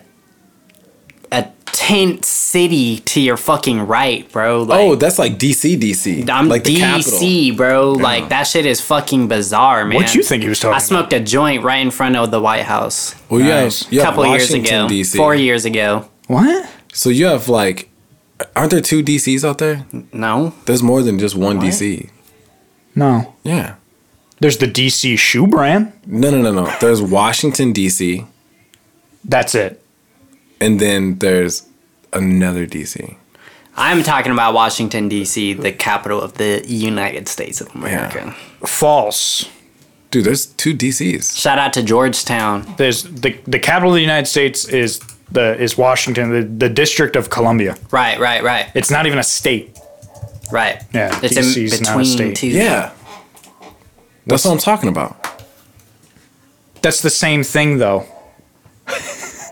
[SPEAKER 2] a tent city to your fucking right, bro. Like,
[SPEAKER 3] Oh, that's like DC, DC.
[SPEAKER 2] I'm
[SPEAKER 3] like the capital.
[SPEAKER 2] DC, bro. Like that shit is fucking bizarre, man.
[SPEAKER 1] What you think he was talking
[SPEAKER 2] I smoked a joint right in front of the White House
[SPEAKER 3] Well, you
[SPEAKER 1] Nice.
[SPEAKER 3] have, you
[SPEAKER 2] a
[SPEAKER 3] have
[SPEAKER 2] couple
[SPEAKER 3] Washington,
[SPEAKER 2] years ago,
[SPEAKER 3] DC.
[SPEAKER 2] four years ago.
[SPEAKER 1] What?
[SPEAKER 3] So you have like, aren't there two DCs out there?
[SPEAKER 2] No,
[SPEAKER 3] There's more than just one DC.
[SPEAKER 1] No.
[SPEAKER 3] Yeah.
[SPEAKER 1] There's the DC shoe brand.
[SPEAKER 3] No, no, no, no. There's Washington, DC,
[SPEAKER 1] That's it.
[SPEAKER 3] and then there's another DC.
[SPEAKER 2] I'm talking about Washington D.C., the capital of the United States of America.
[SPEAKER 1] False.
[SPEAKER 3] Dude, there's two DCs.
[SPEAKER 2] Shout out to Georgetown.
[SPEAKER 1] There's the the capital of the United States is the is Washington, the, the District of Columbia.
[SPEAKER 2] Right, right, right,
[SPEAKER 1] It's not even a state.
[SPEAKER 2] right.
[SPEAKER 1] Yeah,
[SPEAKER 2] it's
[SPEAKER 1] DC
[SPEAKER 2] in
[SPEAKER 1] is not a
[SPEAKER 2] between
[SPEAKER 1] state.
[SPEAKER 2] two.
[SPEAKER 3] Yeah. That's what I'm talking about.
[SPEAKER 1] That's the same thing though.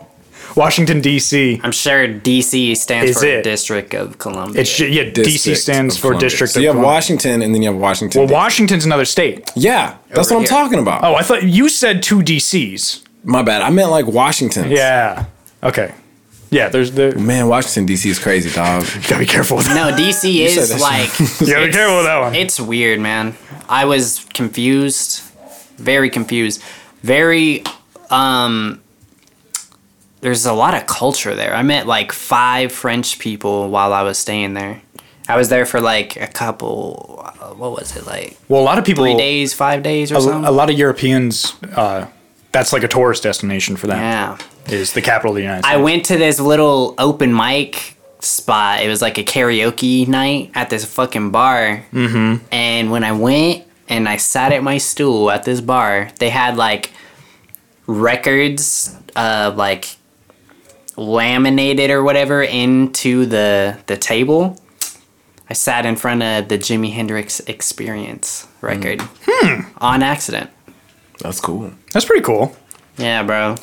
[SPEAKER 1] Washington DC.
[SPEAKER 2] I'm sure D.C. stands
[SPEAKER 1] Is
[SPEAKER 2] for
[SPEAKER 1] it?
[SPEAKER 2] District of Columbia.
[SPEAKER 1] It's ju- yeah. DC
[SPEAKER 3] District
[SPEAKER 1] stands
[SPEAKER 3] of
[SPEAKER 1] for
[SPEAKER 3] Columbia.
[SPEAKER 1] District.
[SPEAKER 3] So you
[SPEAKER 1] of
[SPEAKER 3] have
[SPEAKER 1] Columbia.
[SPEAKER 3] Washington and then you have Washington.
[SPEAKER 1] Well,
[SPEAKER 3] D-
[SPEAKER 1] Washington's another state.
[SPEAKER 3] yeah, that's
[SPEAKER 2] Over
[SPEAKER 3] what I'm
[SPEAKER 2] here.
[SPEAKER 3] talking about.
[SPEAKER 1] Oh, I thought you said two DCs.
[SPEAKER 3] My bad. I meant like Washington.
[SPEAKER 1] Yeah. Okay. Yeah, there's the.
[SPEAKER 3] Man, Washington D.C. is crazy, dog.
[SPEAKER 1] Gotta be careful with that.
[SPEAKER 2] No, DC
[SPEAKER 3] said
[SPEAKER 2] is
[SPEAKER 3] that
[SPEAKER 2] like.
[SPEAKER 1] You gotta be
[SPEAKER 2] it's-
[SPEAKER 1] careful with that one.
[SPEAKER 2] It's weird, man. I was confused, very confused, very. um There's a lot of culture there. I met like five French people while I was staying there. I was there for like a couple. uh, What was it like?
[SPEAKER 1] Well, a lot of people.
[SPEAKER 2] Three days, five days, or
[SPEAKER 1] A,
[SPEAKER 2] something.
[SPEAKER 1] a lot of Europeans. Uh, that's like a tourist destination for them.
[SPEAKER 2] yeah.
[SPEAKER 1] Is the capital of the United States.
[SPEAKER 2] I went to this little open mic spot. It was like a karaoke night at this fucking bar. Mm-hmm. And when I went and I sat at my stool at this bar, they had like records, uh, like laminated or whatever into the the table. I sat in front of the Jimi Hendrix Experience record on accident.
[SPEAKER 3] That's cool.
[SPEAKER 1] That's pretty cool.
[SPEAKER 2] Yeah, bro.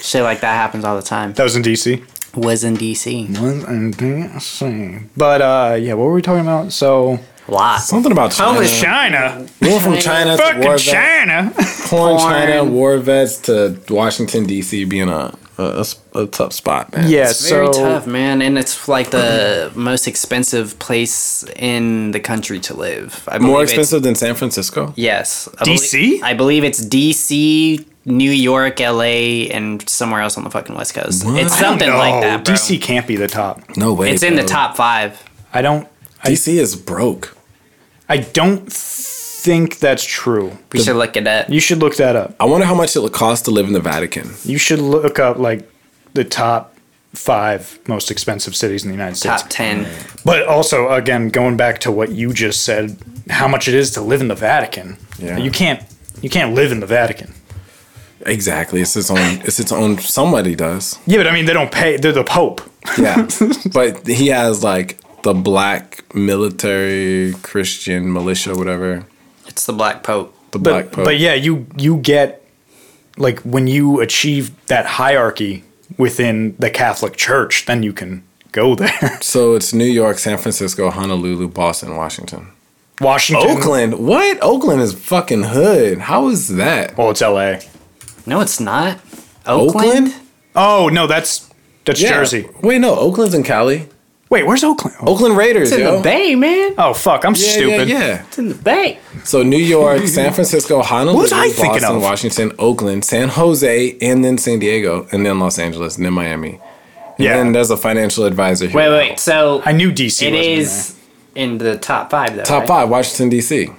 [SPEAKER 2] Shit like that happens all the time.
[SPEAKER 1] That was in DC.
[SPEAKER 2] Was in DC.
[SPEAKER 1] Was in DC. But uh, yeah, what were we talking about? So uh,
[SPEAKER 2] Lots.
[SPEAKER 3] Something about China.
[SPEAKER 1] China.
[SPEAKER 3] Going from China to war
[SPEAKER 1] Fucking
[SPEAKER 3] vets,
[SPEAKER 1] China.
[SPEAKER 3] porn, China,
[SPEAKER 2] Porn.
[SPEAKER 3] war vets to Washington D.C. being a a- a s- a tough spot, man.
[SPEAKER 1] yeah.
[SPEAKER 2] It's very
[SPEAKER 1] so
[SPEAKER 2] tough, man, and it's like the most expensive place in the country to live. I
[SPEAKER 3] More
[SPEAKER 2] believe it's-
[SPEAKER 3] expensive than San Francisco.
[SPEAKER 2] Yes. I
[SPEAKER 1] DC?
[SPEAKER 2] Believe, I believe it's DC, New York, LA, and somewhere else on the fucking West Coast.
[SPEAKER 3] What?
[SPEAKER 2] It's something like that, bro.
[SPEAKER 1] DC can't be the top.
[SPEAKER 3] No way.
[SPEAKER 2] It's in the
[SPEAKER 3] bro.
[SPEAKER 2] top five.
[SPEAKER 1] I don't. I,
[SPEAKER 3] DC is broke.
[SPEAKER 1] I don't think that's true.
[SPEAKER 2] We should look it up.
[SPEAKER 1] You should look that up.
[SPEAKER 3] I wonder how much it would cost to live in the Vatican.
[SPEAKER 1] You should look up like the top five most expensive cities in the United States.
[SPEAKER 2] Top ten.
[SPEAKER 1] But also, again, going back to what you just said, how much it is to live in the Vatican.
[SPEAKER 3] Yeah.
[SPEAKER 1] You can't. You can't live in the Vatican.
[SPEAKER 3] Exactly. It's its own. It's its own. Somebody does.
[SPEAKER 1] Yeah, but I mean, they don't pay. They're the Pope.
[SPEAKER 3] Yeah, but he has like the black military Christian militia, whatever.
[SPEAKER 2] It's the Black Pope.
[SPEAKER 3] The
[SPEAKER 1] But
[SPEAKER 3] black pope.
[SPEAKER 1] but yeah, you you get like when you achieve that hierarchy within the Catholic Church, then you can go there.
[SPEAKER 3] So it's New York, San Francisco, Honolulu, Boston, Washington.
[SPEAKER 1] Washington.
[SPEAKER 3] Oakland. What? Oakland is fucking hood. How is that?
[SPEAKER 1] Well, Oh, it's L.A.
[SPEAKER 2] No, it's not. Oakland.
[SPEAKER 1] Oh no, that's that's
[SPEAKER 3] Yeah.
[SPEAKER 1] Jersey.
[SPEAKER 3] Wait, no, Oakland's in Cali.
[SPEAKER 1] Wait, where's Oakland? Oh,
[SPEAKER 3] Oakland Raiders,
[SPEAKER 2] It's in
[SPEAKER 3] yo.
[SPEAKER 2] the Bay, man.
[SPEAKER 1] oh, fuck, I'm
[SPEAKER 3] Yeah,
[SPEAKER 1] stupid.
[SPEAKER 3] Yeah, yeah.
[SPEAKER 2] It's in the Bay.
[SPEAKER 3] So New York, San Francisco, Honolulu,
[SPEAKER 1] was I thinking
[SPEAKER 3] Boston,
[SPEAKER 1] of?
[SPEAKER 3] Washington, Oakland, San Jose, and then San Diego, and then Los Angeles, and then Miami. And uh,
[SPEAKER 1] Yeah.
[SPEAKER 3] then there's a financial advisor here.
[SPEAKER 2] Wait, wait. So
[SPEAKER 1] I knew DC.
[SPEAKER 2] it
[SPEAKER 1] wasn't in
[SPEAKER 2] is in the top five, though.
[SPEAKER 3] Top
[SPEAKER 2] right?
[SPEAKER 3] five, Washington D.C.
[SPEAKER 1] there.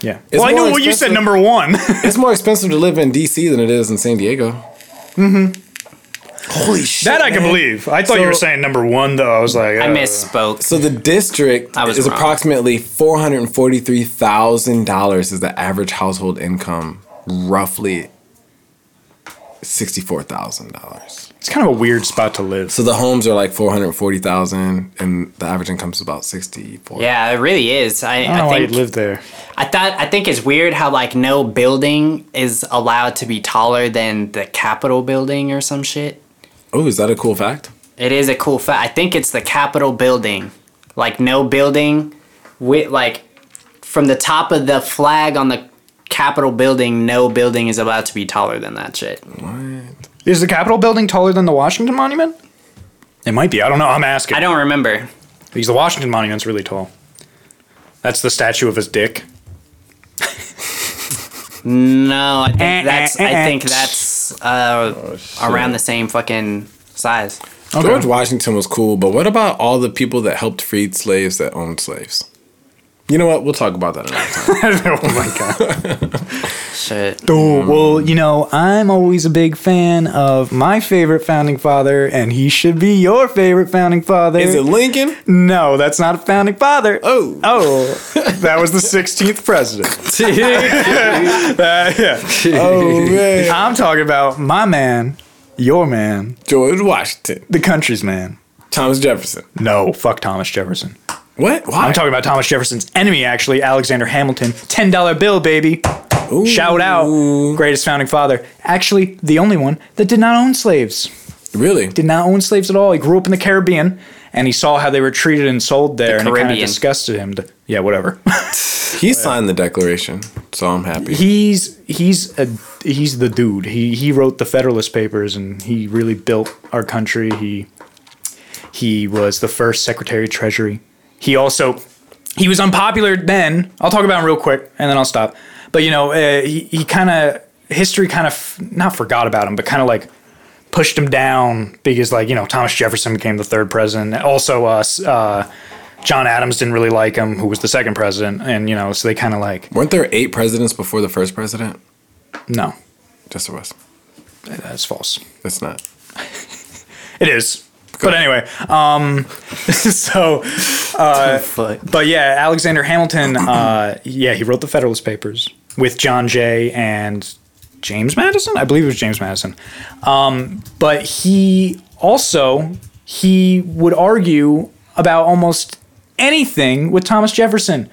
[SPEAKER 1] Yeah. well, I
[SPEAKER 3] more
[SPEAKER 1] knew what you
[SPEAKER 3] expensive.
[SPEAKER 1] said. Number one.
[SPEAKER 3] It's more expensive to live in D.C. than it is in San Diego. Mm-hmm. Holy shit!
[SPEAKER 1] that I can
[SPEAKER 3] man.
[SPEAKER 1] believe. I thought you were
[SPEAKER 3] So-
[SPEAKER 1] saying number one though. I was like,
[SPEAKER 2] I
[SPEAKER 1] uh,
[SPEAKER 2] misspoke.
[SPEAKER 3] So the district
[SPEAKER 2] I was
[SPEAKER 3] is
[SPEAKER 2] wrong.
[SPEAKER 3] approximately four hundred and forty-three thousand dollars is the average household income, roughly sixty-four thousand dollars.
[SPEAKER 1] It's kind of a weird spot to live.
[SPEAKER 3] So the homes are like four hundred forty thousand, and the average income is about sixty-four.
[SPEAKER 2] Yeah, it really is. I,
[SPEAKER 1] I don't know
[SPEAKER 2] I,
[SPEAKER 1] why
[SPEAKER 2] think
[SPEAKER 1] you'd live there.
[SPEAKER 2] I thought I think it's weird how like no building is allowed to be taller than the Capitol building or some shit.
[SPEAKER 3] Oh, is that a cool fact?
[SPEAKER 2] It is a cool fact. I think it's the Capitol building. Like no building with like from the top of the flag on the Capitol building, no building is allowed to be taller than that shit.
[SPEAKER 3] What?
[SPEAKER 1] Is the Capitol building taller than the Washington Monument? It might be. I don't know. I'm asking.
[SPEAKER 2] I don't remember.
[SPEAKER 1] Because the Washington Monument's really tall. That's the statue of his dick.
[SPEAKER 2] No, I think
[SPEAKER 1] Eh, eh,
[SPEAKER 2] that's
[SPEAKER 1] eh, eh.
[SPEAKER 2] I think that's
[SPEAKER 3] Oh,
[SPEAKER 2] uh, around the same fucking size.
[SPEAKER 3] George Washington was cool, but what about all the people that helped freed slaves that owned slaves? You know what? We'll talk about that another time.
[SPEAKER 1] oh my god.
[SPEAKER 2] Shit.
[SPEAKER 1] Oh, well, you know, I'm always a big fan of my favorite founding father, and he should be your favorite founding father.
[SPEAKER 3] Is it Lincoln?
[SPEAKER 1] No, that's not a founding father.
[SPEAKER 3] Oh.
[SPEAKER 1] Oh, that was the 16th president. Uh, yeah.
[SPEAKER 3] oh man,
[SPEAKER 1] I'm talking about my man, your man,
[SPEAKER 3] George Washington,
[SPEAKER 1] the country's man.
[SPEAKER 3] Thomas Jefferson.
[SPEAKER 1] No, fuck Thomas Jefferson.
[SPEAKER 3] What? Why?
[SPEAKER 1] I'm talking about Thomas Jefferson's enemy, actually, Alexander Hamilton. $10 bill, baby.
[SPEAKER 3] Ooh.
[SPEAKER 1] Shout out. Greatest founding father. Actually, the only one that did not own slaves.
[SPEAKER 3] Really?
[SPEAKER 1] did not own slaves at all. He grew up in the Caribbean and he saw how they were treated and sold there, and it kind of
[SPEAKER 2] Caribbean.
[SPEAKER 1] disgusted him. To, yeah, whatever.
[SPEAKER 3] He signed the Declaration, so I'm happy.
[SPEAKER 1] he's he's a he's the dude. He he wrote the Federalist Papers and he really built our country. He He was the first Secretary of Treasury. He also he was unpopular then. I'll talk about him real quick, and then I'll stop. But you know, uh, he, he kind of history kind of f- not forgot about him, but kind of like pushed him down because like you know Thomas Jefferson became the third president. Also, uh, s- uh, John Adams didn't really like him, who was the second president, and you know, so they kind of like
[SPEAKER 3] Weren't there eight presidents before the first president?
[SPEAKER 1] no,
[SPEAKER 3] Just there was.
[SPEAKER 1] that's false.
[SPEAKER 3] It's not.
[SPEAKER 1] It is. But anyway, um, so, uh, but yeah, Alexander Hamilton, uh, yeah, he wrote the Federalist Papers with John Jay and James Madison. I believe it was James Madison. Um, but he also he would argue about almost anything with Thomas Jefferson.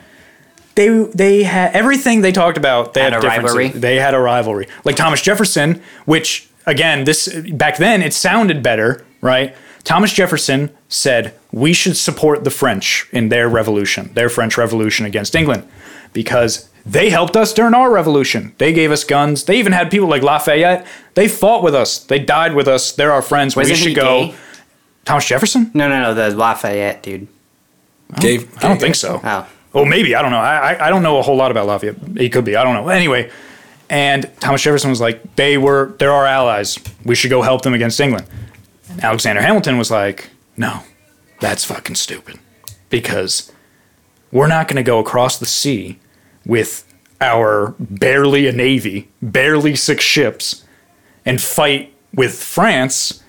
[SPEAKER 1] They they had everything they talked about. They had,
[SPEAKER 2] Had a
[SPEAKER 1] differences.
[SPEAKER 2] rivalry?
[SPEAKER 1] They had a rivalry, like Thomas Jefferson, which again, this back then it sounded better, right? Thomas Jefferson said we should support the French in their revolution, their French Revolution against England, because they helped us during our revolution. They gave us guns. They even had people like Lafayette. They fought with us. They died with us. They're our friends.
[SPEAKER 2] Wasn't
[SPEAKER 1] we should
[SPEAKER 2] he
[SPEAKER 1] go.
[SPEAKER 2] gay?
[SPEAKER 1] Thomas Jefferson?
[SPEAKER 2] No, no, no, the Lafayette dude.
[SPEAKER 3] Gave,
[SPEAKER 1] I don't think so.
[SPEAKER 2] Oh.
[SPEAKER 1] Oh, maybe I don't know. I, I I don't know a whole lot about Lafayette. He could be. I don't know. Anyway, and Thomas Jefferson was like, they were they're our allies. We should go help them against England. And Alexander Hamilton was like, no, that's fucking stupid, because we're not going to go across the sea with our barely a navy, barely six ships, and fight with France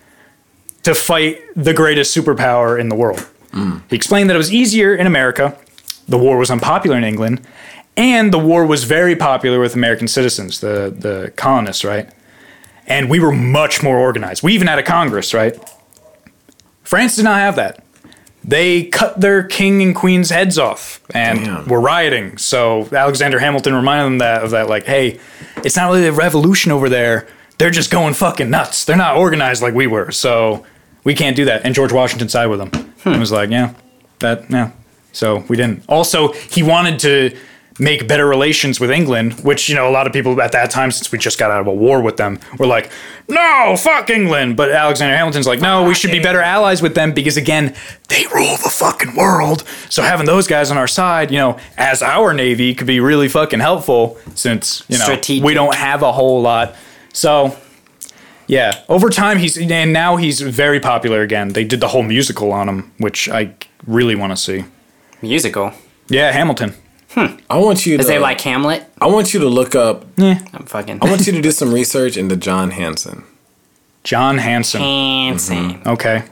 [SPEAKER 1] to fight the greatest superpower in the world. He explained that it was easier in America. The war was unpopular in England, and the war was very popular with American citizens, the the colonists, right? And we were much more organized. We even had a Congress, right? France did not have that. They cut their king and queen's heads off and
[SPEAKER 3] Damn.
[SPEAKER 1] were rioting. So Alexander Hamilton reminded them that of that, like, hey, it's not really a revolution over there. They're just going fucking nuts. They're not organized like we were. So we can't do that. And George Washington sided with them. And was like, yeah, that, yeah. So we didn't. Also, he wanted to make better relations with England, which, you know, a lot of people at that time, since we just got out of a war with them, were like, no, fuck England. But Alexander Hamilton's like, no, we should be better allies with them because, again, they rule the fucking world. So having those guys on our side, you know, as our Navy could be really fucking helpful since, you know,
[SPEAKER 2] Strategic.
[SPEAKER 1] we don't have a whole lot. So yeah, over time he's and now he's very popular again. They did the whole musical on him, which I really want to see.
[SPEAKER 2] Musical.
[SPEAKER 1] Yeah, Hamilton.
[SPEAKER 3] I want you to.
[SPEAKER 2] Is it like Hamlet?
[SPEAKER 3] I want you to look up.
[SPEAKER 2] I'm fucking
[SPEAKER 3] I want you to do some research into John Hanson.
[SPEAKER 1] John Hanson.
[SPEAKER 3] Mm-hmm.
[SPEAKER 2] dancing.
[SPEAKER 1] Okay,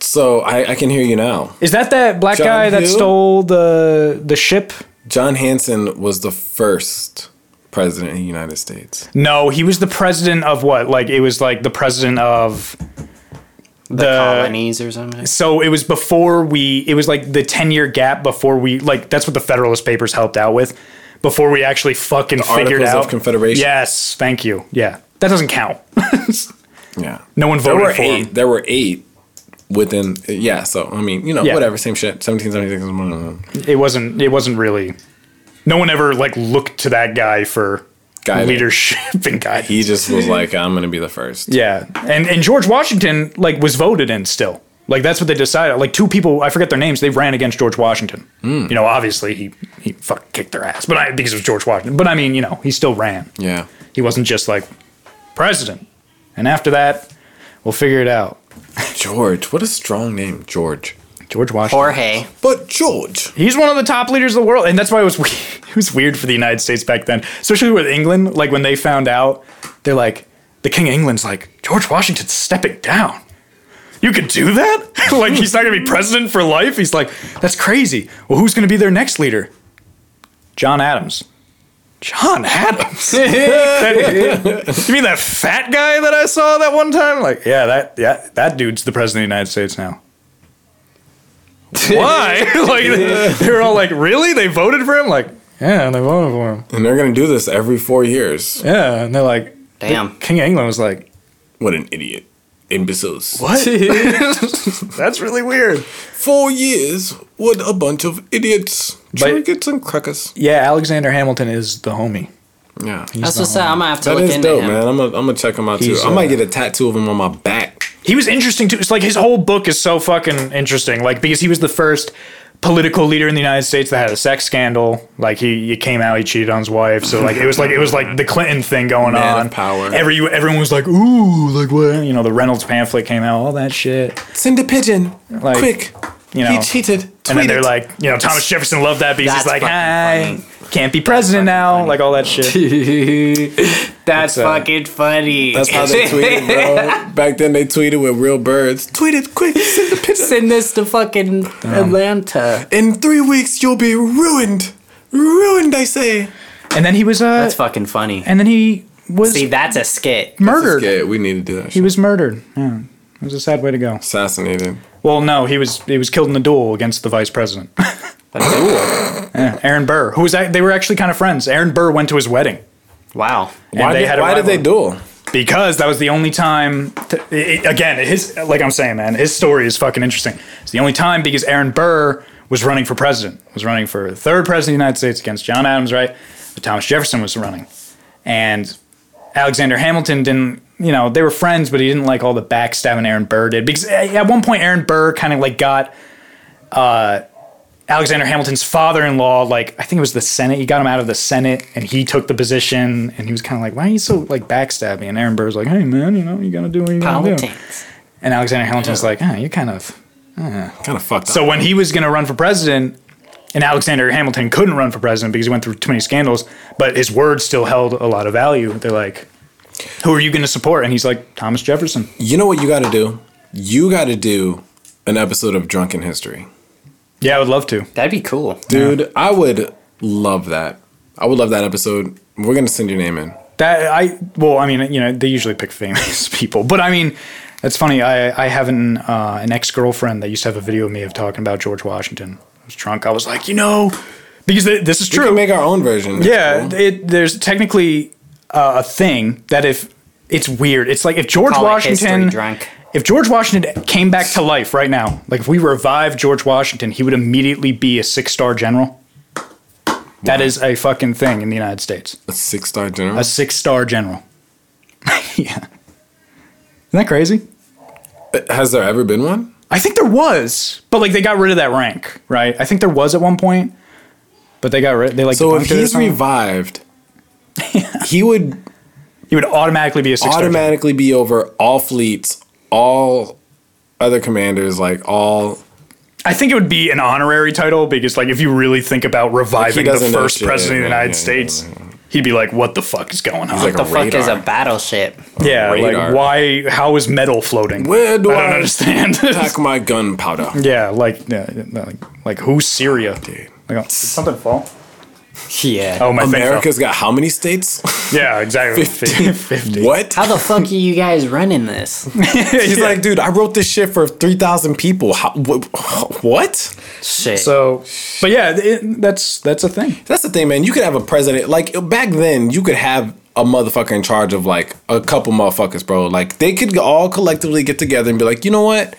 [SPEAKER 3] So I, I can hear you now.
[SPEAKER 1] is that that black
[SPEAKER 3] John
[SPEAKER 1] guy that
[SPEAKER 3] who?
[SPEAKER 1] stole the the ship?
[SPEAKER 3] John Hanson was the first president of the United States.
[SPEAKER 1] No, he was the president of what? Like it was like the president of
[SPEAKER 2] The
[SPEAKER 3] Uh,
[SPEAKER 2] colonies or something.
[SPEAKER 1] so it was before we it was like the 10 year gap before we like that's what the federalist papers helped out with before we actually fucking figured
[SPEAKER 3] Articles
[SPEAKER 1] out
[SPEAKER 3] of Confederation.
[SPEAKER 1] yes thank you yeah that doesn't count
[SPEAKER 3] Yeah.
[SPEAKER 1] no one
[SPEAKER 3] There
[SPEAKER 1] voted
[SPEAKER 3] were
[SPEAKER 1] for
[SPEAKER 3] eight.
[SPEAKER 1] him
[SPEAKER 3] There were eight within. Yeah. So I mean, you know,
[SPEAKER 1] Yeah.
[SPEAKER 3] whatever. Same shit. Seventeen mm, seventy six. Guy
[SPEAKER 1] it wasn't it wasn't really no one ever like looked to that guy for leadership and guidance
[SPEAKER 3] He just was like, I'm gonna be the first.
[SPEAKER 1] yeah and and george washington like was voted in still like that's what they decided like two people i forget their names they ran against george washington you know obviously he he fucking kicked their ass but i because it was george washington but i mean you know he still ran
[SPEAKER 3] Yeah.
[SPEAKER 1] he wasn't just like president and after that we'll figure it out
[SPEAKER 3] George. What a strong name, George.
[SPEAKER 1] george washington
[SPEAKER 2] Jorge.
[SPEAKER 3] But George.
[SPEAKER 1] He's one of the top leaders of the world, and that's why it was weird. it was weird for the United States back then, especially with England. Like when they found out, they're like, the King of England's like George Washington's stepping down. You could do that? like he's not gonna be president for life? He's like, that's crazy. Well, who's gonna be their next leader? John Adams. John Adams. you mean that fat guy that I saw that one time? Like, yeah, that yeah, that dude's the president of the United States now why? like they were all like, really? They voted for him? Like, yeah, they voted for him.
[SPEAKER 3] And they're gonna do this every four years.
[SPEAKER 1] Yeah, and they're like,
[SPEAKER 2] Damn.
[SPEAKER 1] King of England was like,
[SPEAKER 3] What an idiot. Imbeciles.
[SPEAKER 1] what? That's really weird.
[SPEAKER 3] Four years. What a bunch of idiots.
[SPEAKER 1] But-
[SPEAKER 3] Trinkets and crackers.
[SPEAKER 1] Yeah, Alexander Hamilton is the homie.
[SPEAKER 3] Yeah.
[SPEAKER 2] That's what's up. I'm gonna have to
[SPEAKER 3] That
[SPEAKER 2] look
[SPEAKER 3] is
[SPEAKER 2] into
[SPEAKER 3] dope,
[SPEAKER 2] him.
[SPEAKER 3] man. I'm gonna I'm gonna check him out too.
[SPEAKER 1] He's,
[SPEAKER 3] I might
[SPEAKER 1] uh,
[SPEAKER 3] get a tattoo of him on my back.
[SPEAKER 1] He was interesting too. It's like his whole book is so fucking interesting. Like because he was the first political leader in the United States that had a sex scandal. Like he, he came out, he cheated on his wife. So like it was like it was like the Clinton thing going
[SPEAKER 3] Man of
[SPEAKER 1] on.
[SPEAKER 3] power.
[SPEAKER 1] Every everyone was like, ooh, like what? You know, the Reynolds pamphlet came out, all that shit.
[SPEAKER 3] Send a pigeon.
[SPEAKER 1] Like,
[SPEAKER 3] Quick.
[SPEAKER 1] You know,
[SPEAKER 3] he cheated. Tweet
[SPEAKER 1] and then they're
[SPEAKER 3] it.
[SPEAKER 1] like, you know, Thomas Jefferson loved that because he's like,
[SPEAKER 2] That's fucking
[SPEAKER 1] hi, can't be president now, like all that shit.
[SPEAKER 2] That's
[SPEAKER 1] It's, uh,
[SPEAKER 2] fucking funny.
[SPEAKER 3] That's how they tweeted, bro. Back then they tweeted with real birds. Tweet it quick. Send a pigeon.
[SPEAKER 2] Send this to fucking Atlanta.
[SPEAKER 3] In three weeks, you'll be ruined. Ruined, I say.
[SPEAKER 1] And then he was, uh,
[SPEAKER 2] That's fucking funny.
[SPEAKER 1] and then he was
[SPEAKER 2] See, that's a skit.
[SPEAKER 1] murdered.
[SPEAKER 3] Okay, we need to do that.
[SPEAKER 1] He
[SPEAKER 3] Shit.
[SPEAKER 1] was murdered. Yeah, it was a sad way to go.
[SPEAKER 3] Assassinated.
[SPEAKER 1] Well, no, he was he was killed in a duel against the vice president. Yeah, Aaron Burr, who was act- they were actually kind of friends. Aaron Burr went to his wedding.
[SPEAKER 2] Wow.
[SPEAKER 1] And
[SPEAKER 3] why
[SPEAKER 1] they
[SPEAKER 3] did,
[SPEAKER 1] had a
[SPEAKER 3] why did they
[SPEAKER 1] rivalry.
[SPEAKER 3] duel?
[SPEAKER 1] because that was the only time. To, i i- again, his like I'm saying, man, his story is fucking interesting. It's the only time because Aaron Burr was running for president, was running for third president of the United States against John Adams, right? But Thomas Jefferson was running, and Alexander Hamilton didn't. You know, they were friends, but he didn't like all the backstabbing Aaron Burr did because a- at one point Aaron Burr kind of like got. Uh, Alexander Hamilton's father-in-law, like I think it was the Senate, he got him out of the Senate, and he took the position, and he was kind of like, "Why are you so like backstabbing?" And Aaron Burr's like, "Hey man, you know you gotta do what you gotta do."
[SPEAKER 2] Politics.
[SPEAKER 1] And Alexander Hamilton's like, "Ah, you're kind of
[SPEAKER 3] Kind of fucked
[SPEAKER 1] so when he was going to run for president, and Alexander Hamilton couldn't run for president because he went through too many scandals, but his word still held a lot of value. They're like, "Who are you going to support?" And he's like, "Thomas Jefferson."
[SPEAKER 3] You know what you got to do? You got to do an episode of Drunken History.
[SPEAKER 1] Yeah, I would love to.
[SPEAKER 2] That'd be cool.
[SPEAKER 3] Dude, I would love that. I would love that episode. We're going to send your name in.
[SPEAKER 1] That I well, I mean, you know, they usually pick famous people, but I mean, that's funny. I I have an uh, an ex girlfriend that used to have a video of me of talking about George Washington. I was drunk. I was like, you know, because th- this is
[SPEAKER 3] We
[SPEAKER 1] true.
[SPEAKER 3] can make our own version.
[SPEAKER 1] Yeah,
[SPEAKER 3] Cool.
[SPEAKER 1] it, there's technically uh, a thing that if it's weird, it's like if George
[SPEAKER 2] Call it history
[SPEAKER 1] Washington
[SPEAKER 2] drunk.
[SPEAKER 1] If George Washington came back to life right now, like if we revive George Washington, he would immediately be a six-star general. That is a fucking thing in the United States.
[SPEAKER 3] A six star general.
[SPEAKER 1] A six-star general. yeah. Isn't that crazy?
[SPEAKER 3] Has there ever been one?
[SPEAKER 1] I think there was, but like they got rid of that rank, right? I think there was at one point, but they got rid. They like
[SPEAKER 3] So if
[SPEAKER 1] debunked it or
[SPEAKER 3] he's
[SPEAKER 1] something.
[SPEAKER 3] revived, he would
[SPEAKER 1] he would automatically be a six-star. general.
[SPEAKER 3] automatically be over all fleets, all other commanders, like all.
[SPEAKER 1] I think it would be an honorary title because, like, if you really think about reviving the
[SPEAKER 3] doesn't know
[SPEAKER 1] first
[SPEAKER 3] shit,
[SPEAKER 1] president of the
[SPEAKER 3] yeah,
[SPEAKER 1] United
[SPEAKER 3] yeah,
[SPEAKER 1] States, he'd be like, "What the fuck is going on?"
[SPEAKER 3] like
[SPEAKER 2] The
[SPEAKER 3] a
[SPEAKER 2] fuck is a
[SPEAKER 3] radar.
[SPEAKER 2] battleship?
[SPEAKER 1] yeah,
[SPEAKER 3] radar.
[SPEAKER 1] like why? How is metal floating?
[SPEAKER 3] Where do
[SPEAKER 1] I don't
[SPEAKER 3] I
[SPEAKER 1] understand.
[SPEAKER 3] Pack my gunpowder.
[SPEAKER 1] yeah, like, yeah, yeah, like, like who's Syria?
[SPEAKER 3] Dude.
[SPEAKER 1] Like, oh, did something fall?
[SPEAKER 2] Yeah.
[SPEAKER 1] Oh my thing fell.
[SPEAKER 3] America's got how many states?
[SPEAKER 1] Yeah, exactly. Fifty. Fifty.
[SPEAKER 3] what?
[SPEAKER 2] How the fuck are you guys running this?
[SPEAKER 3] He's like, dude, I wrote this shit for 3,000 people. How, wh- what?
[SPEAKER 2] Shit.
[SPEAKER 1] So, but yeah, it, that's that's a thing.
[SPEAKER 3] That's the thing, man. You could have a president. Like, back then, you could have a motherfucker in charge of like a couple motherfuckers, bro. Like, they could all collectively get together and be like, you know what?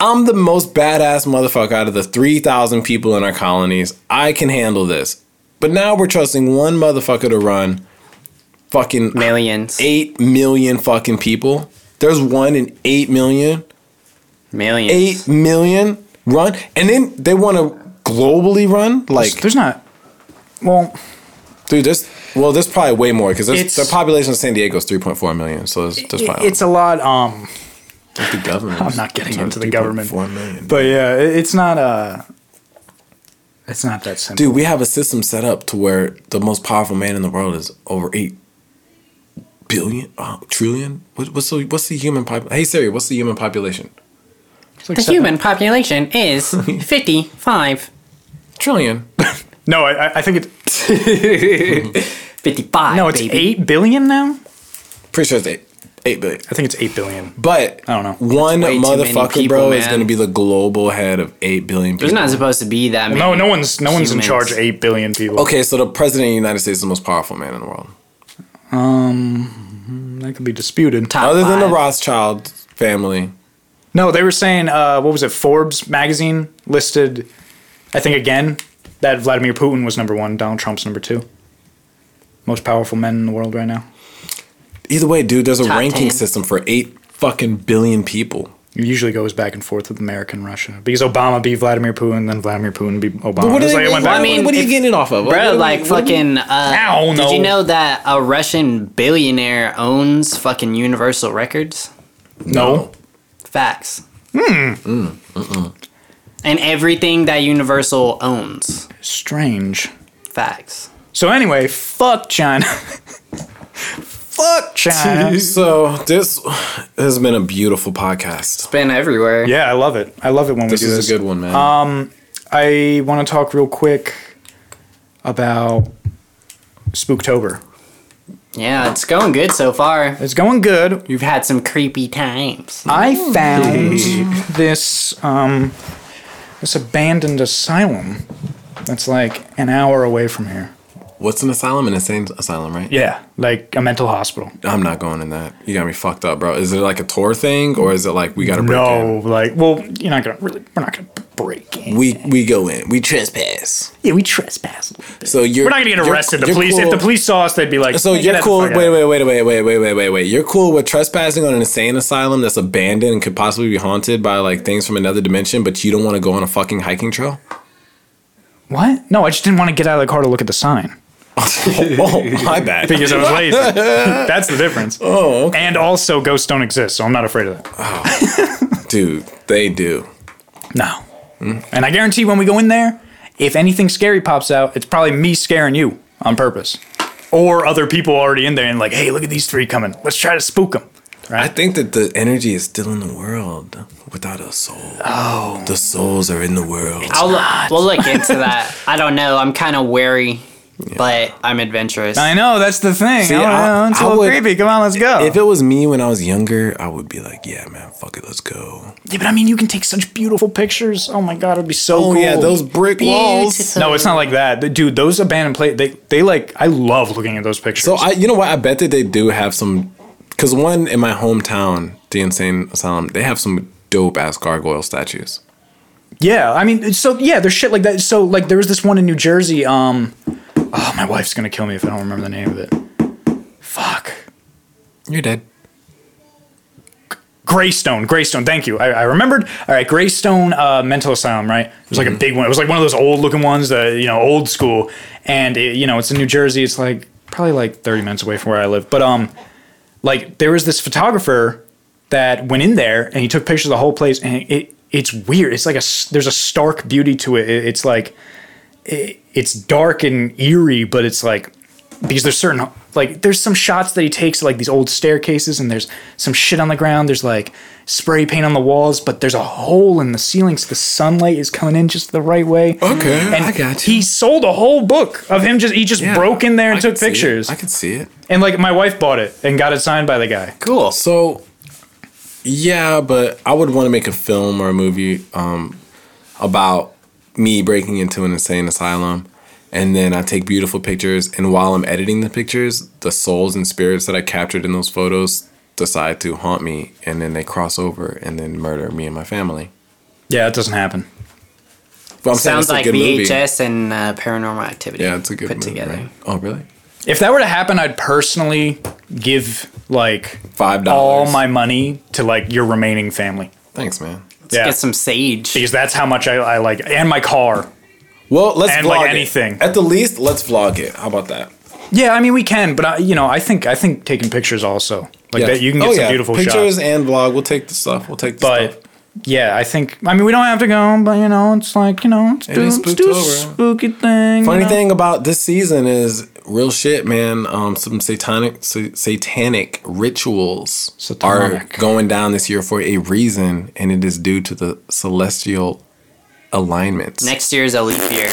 [SPEAKER 3] I'm the most badass motherfucker out of the 3,000 people in our colonies. I can handle this. But now we're trusting one motherfucker to run fucking
[SPEAKER 2] millions.
[SPEAKER 3] 8 million fucking people. There's one in 8 million.
[SPEAKER 2] millions.
[SPEAKER 3] eight million run, and then they want to globally run. Like,
[SPEAKER 1] There's not. Well,
[SPEAKER 3] dude, there's well, there's probably way more because
[SPEAKER 1] It's-
[SPEAKER 3] the population of San Diego is 3.4 million. So there's, there's probably
[SPEAKER 1] it's a lot. Um,
[SPEAKER 3] the government.
[SPEAKER 1] I'm not getting into the government.
[SPEAKER 3] Four million,
[SPEAKER 1] but yeah, it, it's not. Uh, it's not that simple.
[SPEAKER 3] dude. We have a system set up to where the most powerful man in the world is over eight billion, uh, trillion. What, what's the what's the human pop? Hey Siri, what's the human population?
[SPEAKER 1] It's like
[SPEAKER 2] the
[SPEAKER 1] seven-
[SPEAKER 2] human population is 55.
[SPEAKER 3] Trillion.
[SPEAKER 1] No, I, I- I think it's
[SPEAKER 2] 55.
[SPEAKER 1] no, it's
[SPEAKER 2] baby.
[SPEAKER 1] eight billion now.
[SPEAKER 3] Pretty sure it's eight. Eight billion.
[SPEAKER 1] I think it's eight billion.
[SPEAKER 3] But
[SPEAKER 1] I don't know.
[SPEAKER 3] One
[SPEAKER 2] way too many
[SPEAKER 3] motherfucker,
[SPEAKER 2] people,
[SPEAKER 3] bro, is
[SPEAKER 2] man.
[SPEAKER 3] going to be the global head of eight billion people.
[SPEAKER 2] There's not supposed to be that many.
[SPEAKER 1] No, no one's no one's in
[SPEAKER 2] humans.
[SPEAKER 1] charge of eight billion people.
[SPEAKER 3] Okay, so the president of the United States is the most powerful man in the world.
[SPEAKER 1] Um, hmm, that could be disputed.
[SPEAKER 2] Top
[SPEAKER 3] Other than the
[SPEAKER 2] five.
[SPEAKER 3] Rothschild family.
[SPEAKER 1] No, they were saying uh, what was it? Forbes magazine listed, I think again that Vladimir Putin was number one, Donald Trump's number two. Most powerful men in the world right now.
[SPEAKER 3] Either way, dude, there's a
[SPEAKER 2] Top
[SPEAKER 3] ranking
[SPEAKER 2] 10.
[SPEAKER 3] system for eight fucking billion people.
[SPEAKER 1] It usually goes back and forth with America and Russia because Obama beat Vladimir Putin, then Vladimir Putin beat Obama.
[SPEAKER 3] But what,
[SPEAKER 1] It's
[SPEAKER 3] are
[SPEAKER 1] like
[SPEAKER 3] they,
[SPEAKER 1] it went
[SPEAKER 3] what,
[SPEAKER 1] back
[SPEAKER 2] I
[SPEAKER 1] and
[SPEAKER 2] mean,
[SPEAKER 3] what are you
[SPEAKER 2] if-
[SPEAKER 3] getting it off of? What-
[SPEAKER 2] Bro,
[SPEAKER 3] what-
[SPEAKER 2] like
[SPEAKER 3] what-
[SPEAKER 2] fucking. Uh,
[SPEAKER 1] don't
[SPEAKER 2] Did you
[SPEAKER 1] know.
[SPEAKER 2] know that a Russian billionaire owns fucking Universal Records?
[SPEAKER 1] forth. No.
[SPEAKER 2] Facts. Hmm. And everything that Universal owns.
[SPEAKER 1] Strange.
[SPEAKER 2] Facts.
[SPEAKER 1] So anyway, fuck China. fuck China.
[SPEAKER 3] So this has been a beautiful podcast.
[SPEAKER 2] Been everywhere.
[SPEAKER 1] yeah, I love it. I love it when
[SPEAKER 3] This
[SPEAKER 1] we do
[SPEAKER 3] is
[SPEAKER 1] this.
[SPEAKER 3] a good one, man.
[SPEAKER 1] Um, I want to talk real quick about Spooktober.
[SPEAKER 2] Yeah, it's going good so far.
[SPEAKER 1] It's going good.
[SPEAKER 2] You've had some creepy times.
[SPEAKER 1] I found this um, this abandoned asylum that's like an hour away from here.
[SPEAKER 3] What's an asylum? An insane asylum, right?
[SPEAKER 1] Yeah, like a mental hospital.
[SPEAKER 3] I'm not going in that. You got me fucked up, bro. Is it like a tour thing, or is it like we got to break
[SPEAKER 1] No, like, well, you're not gonna really. We're not gonna break in.
[SPEAKER 3] in? We we go in. We trespass.
[SPEAKER 1] Yeah, we trespass. A little bit.
[SPEAKER 3] So you're
[SPEAKER 1] We're not gonna get
[SPEAKER 3] you're-
[SPEAKER 1] arrested. The
[SPEAKER 3] you're
[SPEAKER 1] police. If
[SPEAKER 3] cool-
[SPEAKER 1] the police saw us, they'd be like,
[SPEAKER 3] So
[SPEAKER 1] "Get
[SPEAKER 3] you're
[SPEAKER 1] the
[SPEAKER 3] cool.
[SPEAKER 1] fuck
[SPEAKER 3] Wait,
[SPEAKER 1] out."
[SPEAKER 3] wait, wait, wait, wait, wait, wait, wait, wait. You're cool with trespassing on an insane asylum that's abandoned and could possibly be haunted by like things from another dimension, but you don't want to go on a fucking hiking trail.
[SPEAKER 1] What? No, I just didn't want to get out of the car to look at the sign
[SPEAKER 3] oh, my bad.
[SPEAKER 1] because I was lazy. That's the difference.
[SPEAKER 3] Oh, okay.
[SPEAKER 1] And also, ghosts don't exist, so I'm not afraid of that.
[SPEAKER 3] dude, they do.
[SPEAKER 1] No. Mm. And I guarantee when we go in there, if anything scary pops out, it's probably me scaring you on purpose, or other people already in there and like, hey, look at these three coming. Let's try to spook them.
[SPEAKER 3] I think that the energy is still in the world without a soul. Oh, the souls are in the world.
[SPEAKER 2] I'll look, we'll look into that. I don't know. I'm kind of wary, but I'm adventurous.
[SPEAKER 1] I know that's the thing. Oh,
[SPEAKER 3] See,
[SPEAKER 1] I don't
[SPEAKER 3] I-
[SPEAKER 1] know, it's
[SPEAKER 3] I
[SPEAKER 1] a little
[SPEAKER 3] would-
[SPEAKER 1] creepy. Come on, let's go.
[SPEAKER 3] If it was me when I was younger, I would be like, yeah, man, fuck it, let's go.
[SPEAKER 1] yeah, but I mean, you can take such beautiful pictures. Oh my god, it'd be so cool.
[SPEAKER 3] brick
[SPEAKER 1] No, it's not like that, The- dude. Those abandoned play they they like. I love looking at those pictures.
[SPEAKER 3] So I, you know what? I bet that they do have some, because one in my hometown, the insane asylum, they have some dope ass gargoyle statues.
[SPEAKER 1] yeah, I mean, so yeah, there's shit like that. So like, there was this one in New Jersey. Um, oh, my wife's gonna kill me if I don't remember the name of it. Fuck,
[SPEAKER 3] You're dead.
[SPEAKER 1] Greystone, Greystone. Thank you. I, I remembered. All right, Greystone uh, Mental Asylum. Right, it was like
[SPEAKER 3] Mm-hmm.
[SPEAKER 1] a big one. It was like one of those old looking ones that you know, old school. And it, you know, it's in New Jersey. It's like probably like 30 minutes away from where I live. But um, like there was this photographer that went in there and he took pictures of the whole place and it it's weird it's like a s- there's a stark beauty to it, It- it's like it, it's dark and eerie but it's like because there's certain like there's some shots that he takes like these old staircases and there's some shit on the ground there's like spray paint on the walls but there's a hole in the ceiling so the sunlight is coming in just the right way
[SPEAKER 3] Okay,
[SPEAKER 1] and
[SPEAKER 3] Oh, I got you.
[SPEAKER 1] he sold a whole book of him just he just
[SPEAKER 3] Yeah,
[SPEAKER 1] broke in there and
[SPEAKER 3] I
[SPEAKER 1] took
[SPEAKER 3] could see it.
[SPEAKER 1] pictures
[SPEAKER 3] I could see it.
[SPEAKER 1] and like my wife bought it and got it signed by the guy
[SPEAKER 2] cool.
[SPEAKER 3] So, yeah, but I would want to make a film or a movie um, about me breaking into an insane asylum. And then I take beautiful pictures. And while I'm editing the pictures, the souls and spirits that I captured in those photos decide to haunt me. And then they cross over and then murder me and my family.
[SPEAKER 1] Yeah, it doesn't happen.
[SPEAKER 3] But I'm saying
[SPEAKER 2] Sounds
[SPEAKER 3] it's a
[SPEAKER 2] like
[SPEAKER 3] good movie.
[SPEAKER 2] VHS and uh, Paranormal Activity.
[SPEAKER 3] Yeah, it's a good
[SPEAKER 2] put
[SPEAKER 3] movie,
[SPEAKER 2] together.
[SPEAKER 3] right? Oh, really?
[SPEAKER 1] If that were to happen, I'd personally give like
[SPEAKER 3] Five
[SPEAKER 1] all
[SPEAKER 3] dollars.
[SPEAKER 1] Oh my money to like your remaining family
[SPEAKER 3] Thanks, man.
[SPEAKER 2] Let's
[SPEAKER 1] Yeah.
[SPEAKER 2] get some sage.
[SPEAKER 1] because that's how much I, I like, and my car.
[SPEAKER 3] Well, let's
[SPEAKER 1] And,
[SPEAKER 3] vlog
[SPEAKER 1] like,
[SPEAKER 3] it.
[SPEAKER 1] anything.
[SPEAKER 3] At the least, let's vlog it. How about that?
[SPEAKER 1] Yeah, I mean we can, but I, you know, I think I think taking pictures also like
[SPEAKER 3] Yeah.
[SPEAKER 1] that you can get
[SPEAKER 3] Oh,
[SPEAKER 1] some
[SPEAKER 3] yeah.
[SPEAKER 1] beautiful
[SPEAKER 3] pictures
[SPEAKER 1] shots.
[SPEAKER 3] and vlog. We'll take the stuff. We'll take the stuff.
[SPEAKER 1] But yeah, I think I mean we don't have to go, but you know, it's like you know, let's do,
[SPEAKER 3] is
[SPEAKER 1] let's do a
[SPEAKER 3] Spooktober.
[SPEAKER 1] spooky thing.
[SPEAKER 3] Funny
[SPEAKER 1] you know?
[SPEAKER 3] thing about this season is real shit, man. Um, some satanic sa- satanic rituals
[SPEAKER 1] Satanic.
[SPEAKER 3] are going down this year for a reason, and it is due to the celestial alignments.
[SPEAKER 2] Next year's a leap year.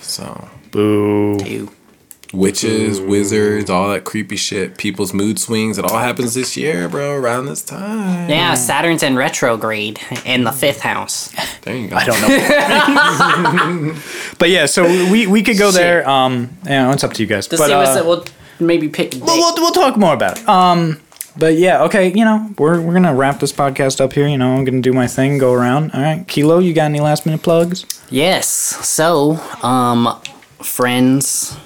[SPEAKER 3] So
[SPEAKER 1] Boo.
[SPEAKER 2] Ew.
[SPEAKER 3] witches, wizards, all that creepy shit, people's mood swings. It all happens this year, bro. Around this time.
[SPEAKER 2] Yeah, Saturn's in retrograde in the fifth house.
[SPEAKER 3] There you go.
[SPEAKER 1] I don't know. but yeah, so we we could go there. Um, you know, it's up to you guys.
[SPEAKER 2] To
[SPEAKER 1] but,
[SPEAKER 2] see what's
[SPEAKER 1] uh,
[SPEAKER 2] we'll maybe pick. a date.
[SPEAKER 1] Well, we'll, we'll talk more about it. Um, but yeah, okay, you know, we're, we're gonna wrap this podcast up here. You know, I'm gonna do my thing, go around. All right, Kilo, you got any last minute plugs?
[SPEAKER 2] Yes. So, um, friends,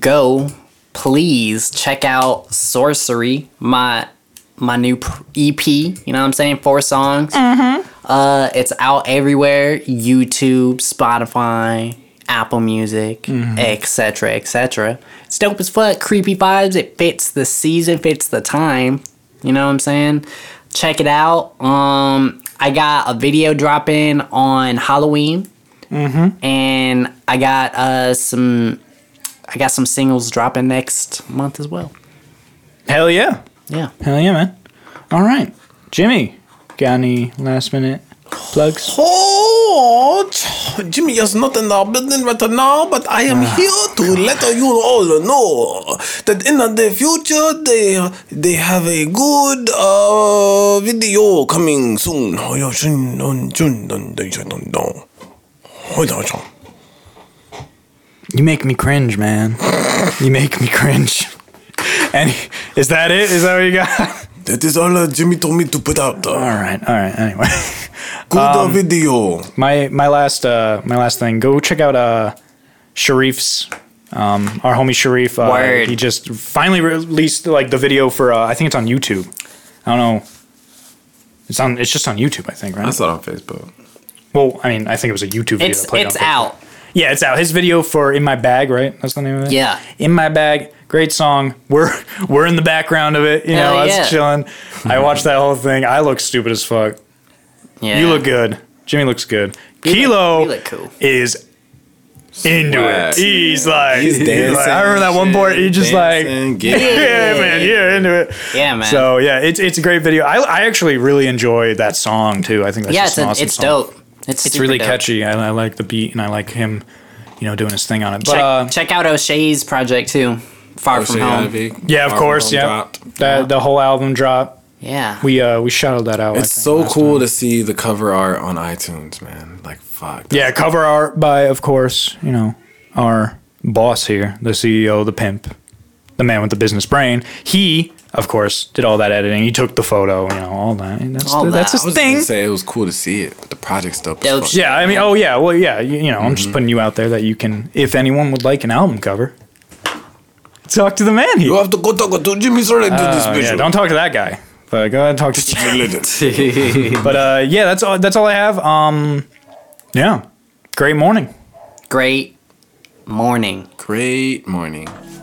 [SPEAKER 2] go please check out Sorcery, my my new pr- EP. You know what I'm saying? Four songs. Uh, it's out everywhere: YouTube, Spotify, Apple Music, etc., etc. It's dope as fuck. Creepy vibes. It fits the season. Fits the time. You know what I'm saying? Check it out. Um, I got a video dropping on Halloween, and I got uh some. I got some singles dropping next month as well.
[SPEAKER 1] Hell yeah.
[SPEAKER 2] Yeah.
[SPEAKER 1] Hell yeah, man. All right. Jimmy, got any last minute plugs?
[SPEAKER 3] Oh, ch- Jimmy has nothing happening right now, but I am here to let you all know that in the future they they have a good uh, video coming soon. Oh, yeah, soon, dun, soon, dun, dun, dun, dun, dun. Oh, yeah, soon.
[SPEAKER 1] You make me cringe, man. you make me cringe. And is that it? Is that what you got?
[SPEAKER 3] That is all uh, Jimmy told me to put out.
[SPEAKER 1] All
[SPEAKER 3] Uh,
[SPEAKER 1] right. All right. Anyway,
[SPEAKER 3] good uh, video.
[SPEAKER 1] my my last uh my last thing. Go check out uh Sharif's um our homie Sharif. Uh,
[SPEAKER 2] Word.
[SPEAKER 1] He just finally released like the video for uh, I think it's on YouTube. I don't know. It's on. It's just on YouTube, I think, right?
[SPEAKER 3] saw it on Facebook.
[SPEAKER 1] well, I mean, I think it was a YouTube video.
[SPEAKER 2] It's
[SPEAKER 1] that played
[SPEAKER 2] it's
[SPEAKER 1] on Facebook.
[SPEAKER 2] out.
[SPEAKER 1] Yeah, it's out. His video for "In My Bag," right? That's the name of it.
[SPEAKER 2] Yeah.
[SPEAKER 1] "In My Bag," great song. We're we're in the background of it. You know,
[SPEAKER 2] Hell
[SPEAKER 1] I
[SPEAKER 2] yeah.
[SPEAKER 1] was chilling. I watched that whole thing. I look stupid as fuck.
[SPEAKER 2] Yeah.
[SPEAKER 1] You look good. Jimmy looks good.
[SPEAKER 2] You look-
[SPEAKER 1] Kilo
[SPEAKER 2] you look cool.
[SPEAKER 1] is into
[SPEAKER 3] Swag.
[SPEAKER 1] it. He's like,
[SPEAKER 3] He's dancing.
[SPEAKER 1] like- I remember that one part. He just like,
[SPEAKER 3] yeah.
[SPEAKER 1] yeah, man, yeah, into it.
[SPEAKER 2] Yeah, man.
[SPEAKER 1] So yeah, it's it's a great video. I, I actually really enjoy that song too. I think that's
[SPEAKER 2] yeah,
[SPEAKER 1] just
[SPEAKER 2] it's,
[SPEAKER 1] an
[SPEAKER 2] a,
[SPEAKER 1] awesome
[SPEAKER 2] it's
[SPEAKER 1] song.
[SPEAKER 2] dope. It's,
[SPEAKER 1] It's
[SPEAKER 2] super
[SPEAKER 1] really
[SPEAKER 2] dope.
[SPEAKER 1] catchy. I, I like the beat and I like him, you know, doing his thing on it. But
[SPEAKER 2] Check,
[SPEAKER 1] uh,
[SPEAKER 2] check out O'Shea's project too. Far from home.
[SPEAKER 1] yeah, of course, yeah. That the whole album drop.
[SPEAKER 2] Yeah.
[SPEAKER 1] We uh we shouted that out. I
[SPEAKER 3] It's
[SPEAKER 1] think,
[SPEAKER 3] so
[SPEAKER 1] last
[SPEAKER 3] cool
[SPEAKER 1] time.
[SPEAKER 3] to see the cover art on iTunes, man. Like, fuck.
[SPEAKER 1] Yeah, cover art by of course, you know, our boss here, the CEO, the pimp, the man with the business brain. He, of course, did all that editing. He took the photo, you know, all that. And That's
[SPEAKER 2] All
[SPEAKER 1] the- that's
[SPEAKER 2] that.
[SPEAKER 1] his
[SPEAKER 3] I was
[SPEAKER 1] thing.
[SPEAKER 3] gonna say it was cool to see it, but the project's dope. as
[SPEAKER 2] Dope
[SPEAKER 3] fuck.
[SPEAKER 2] shit.
[SPEAKER 1] Yeah, I mean, oh yeah, well yeah, you, you know, I'm
[SPEAKER 3] Mm-hmm.
[SPEAKER 1] just putting you out there that you can if anyone would like an album cover, talk to the man here.
[SPEAKER 3] You have to go talk to Jimmy Sterling to this
[SPEAKER 1] Oh, yeah,
[SPEAKER 3] visual.
[SPEAKER 1] don't talk to that guy. But go ahead and talk to
[SPEAKER 3] Related.
[SPEAKER 1] But uh, yeah, that's all. That's all I have. Um, yeah, great morning.
[SPEAKER 2] Great morning.
[SPEAKER 3] Great morning.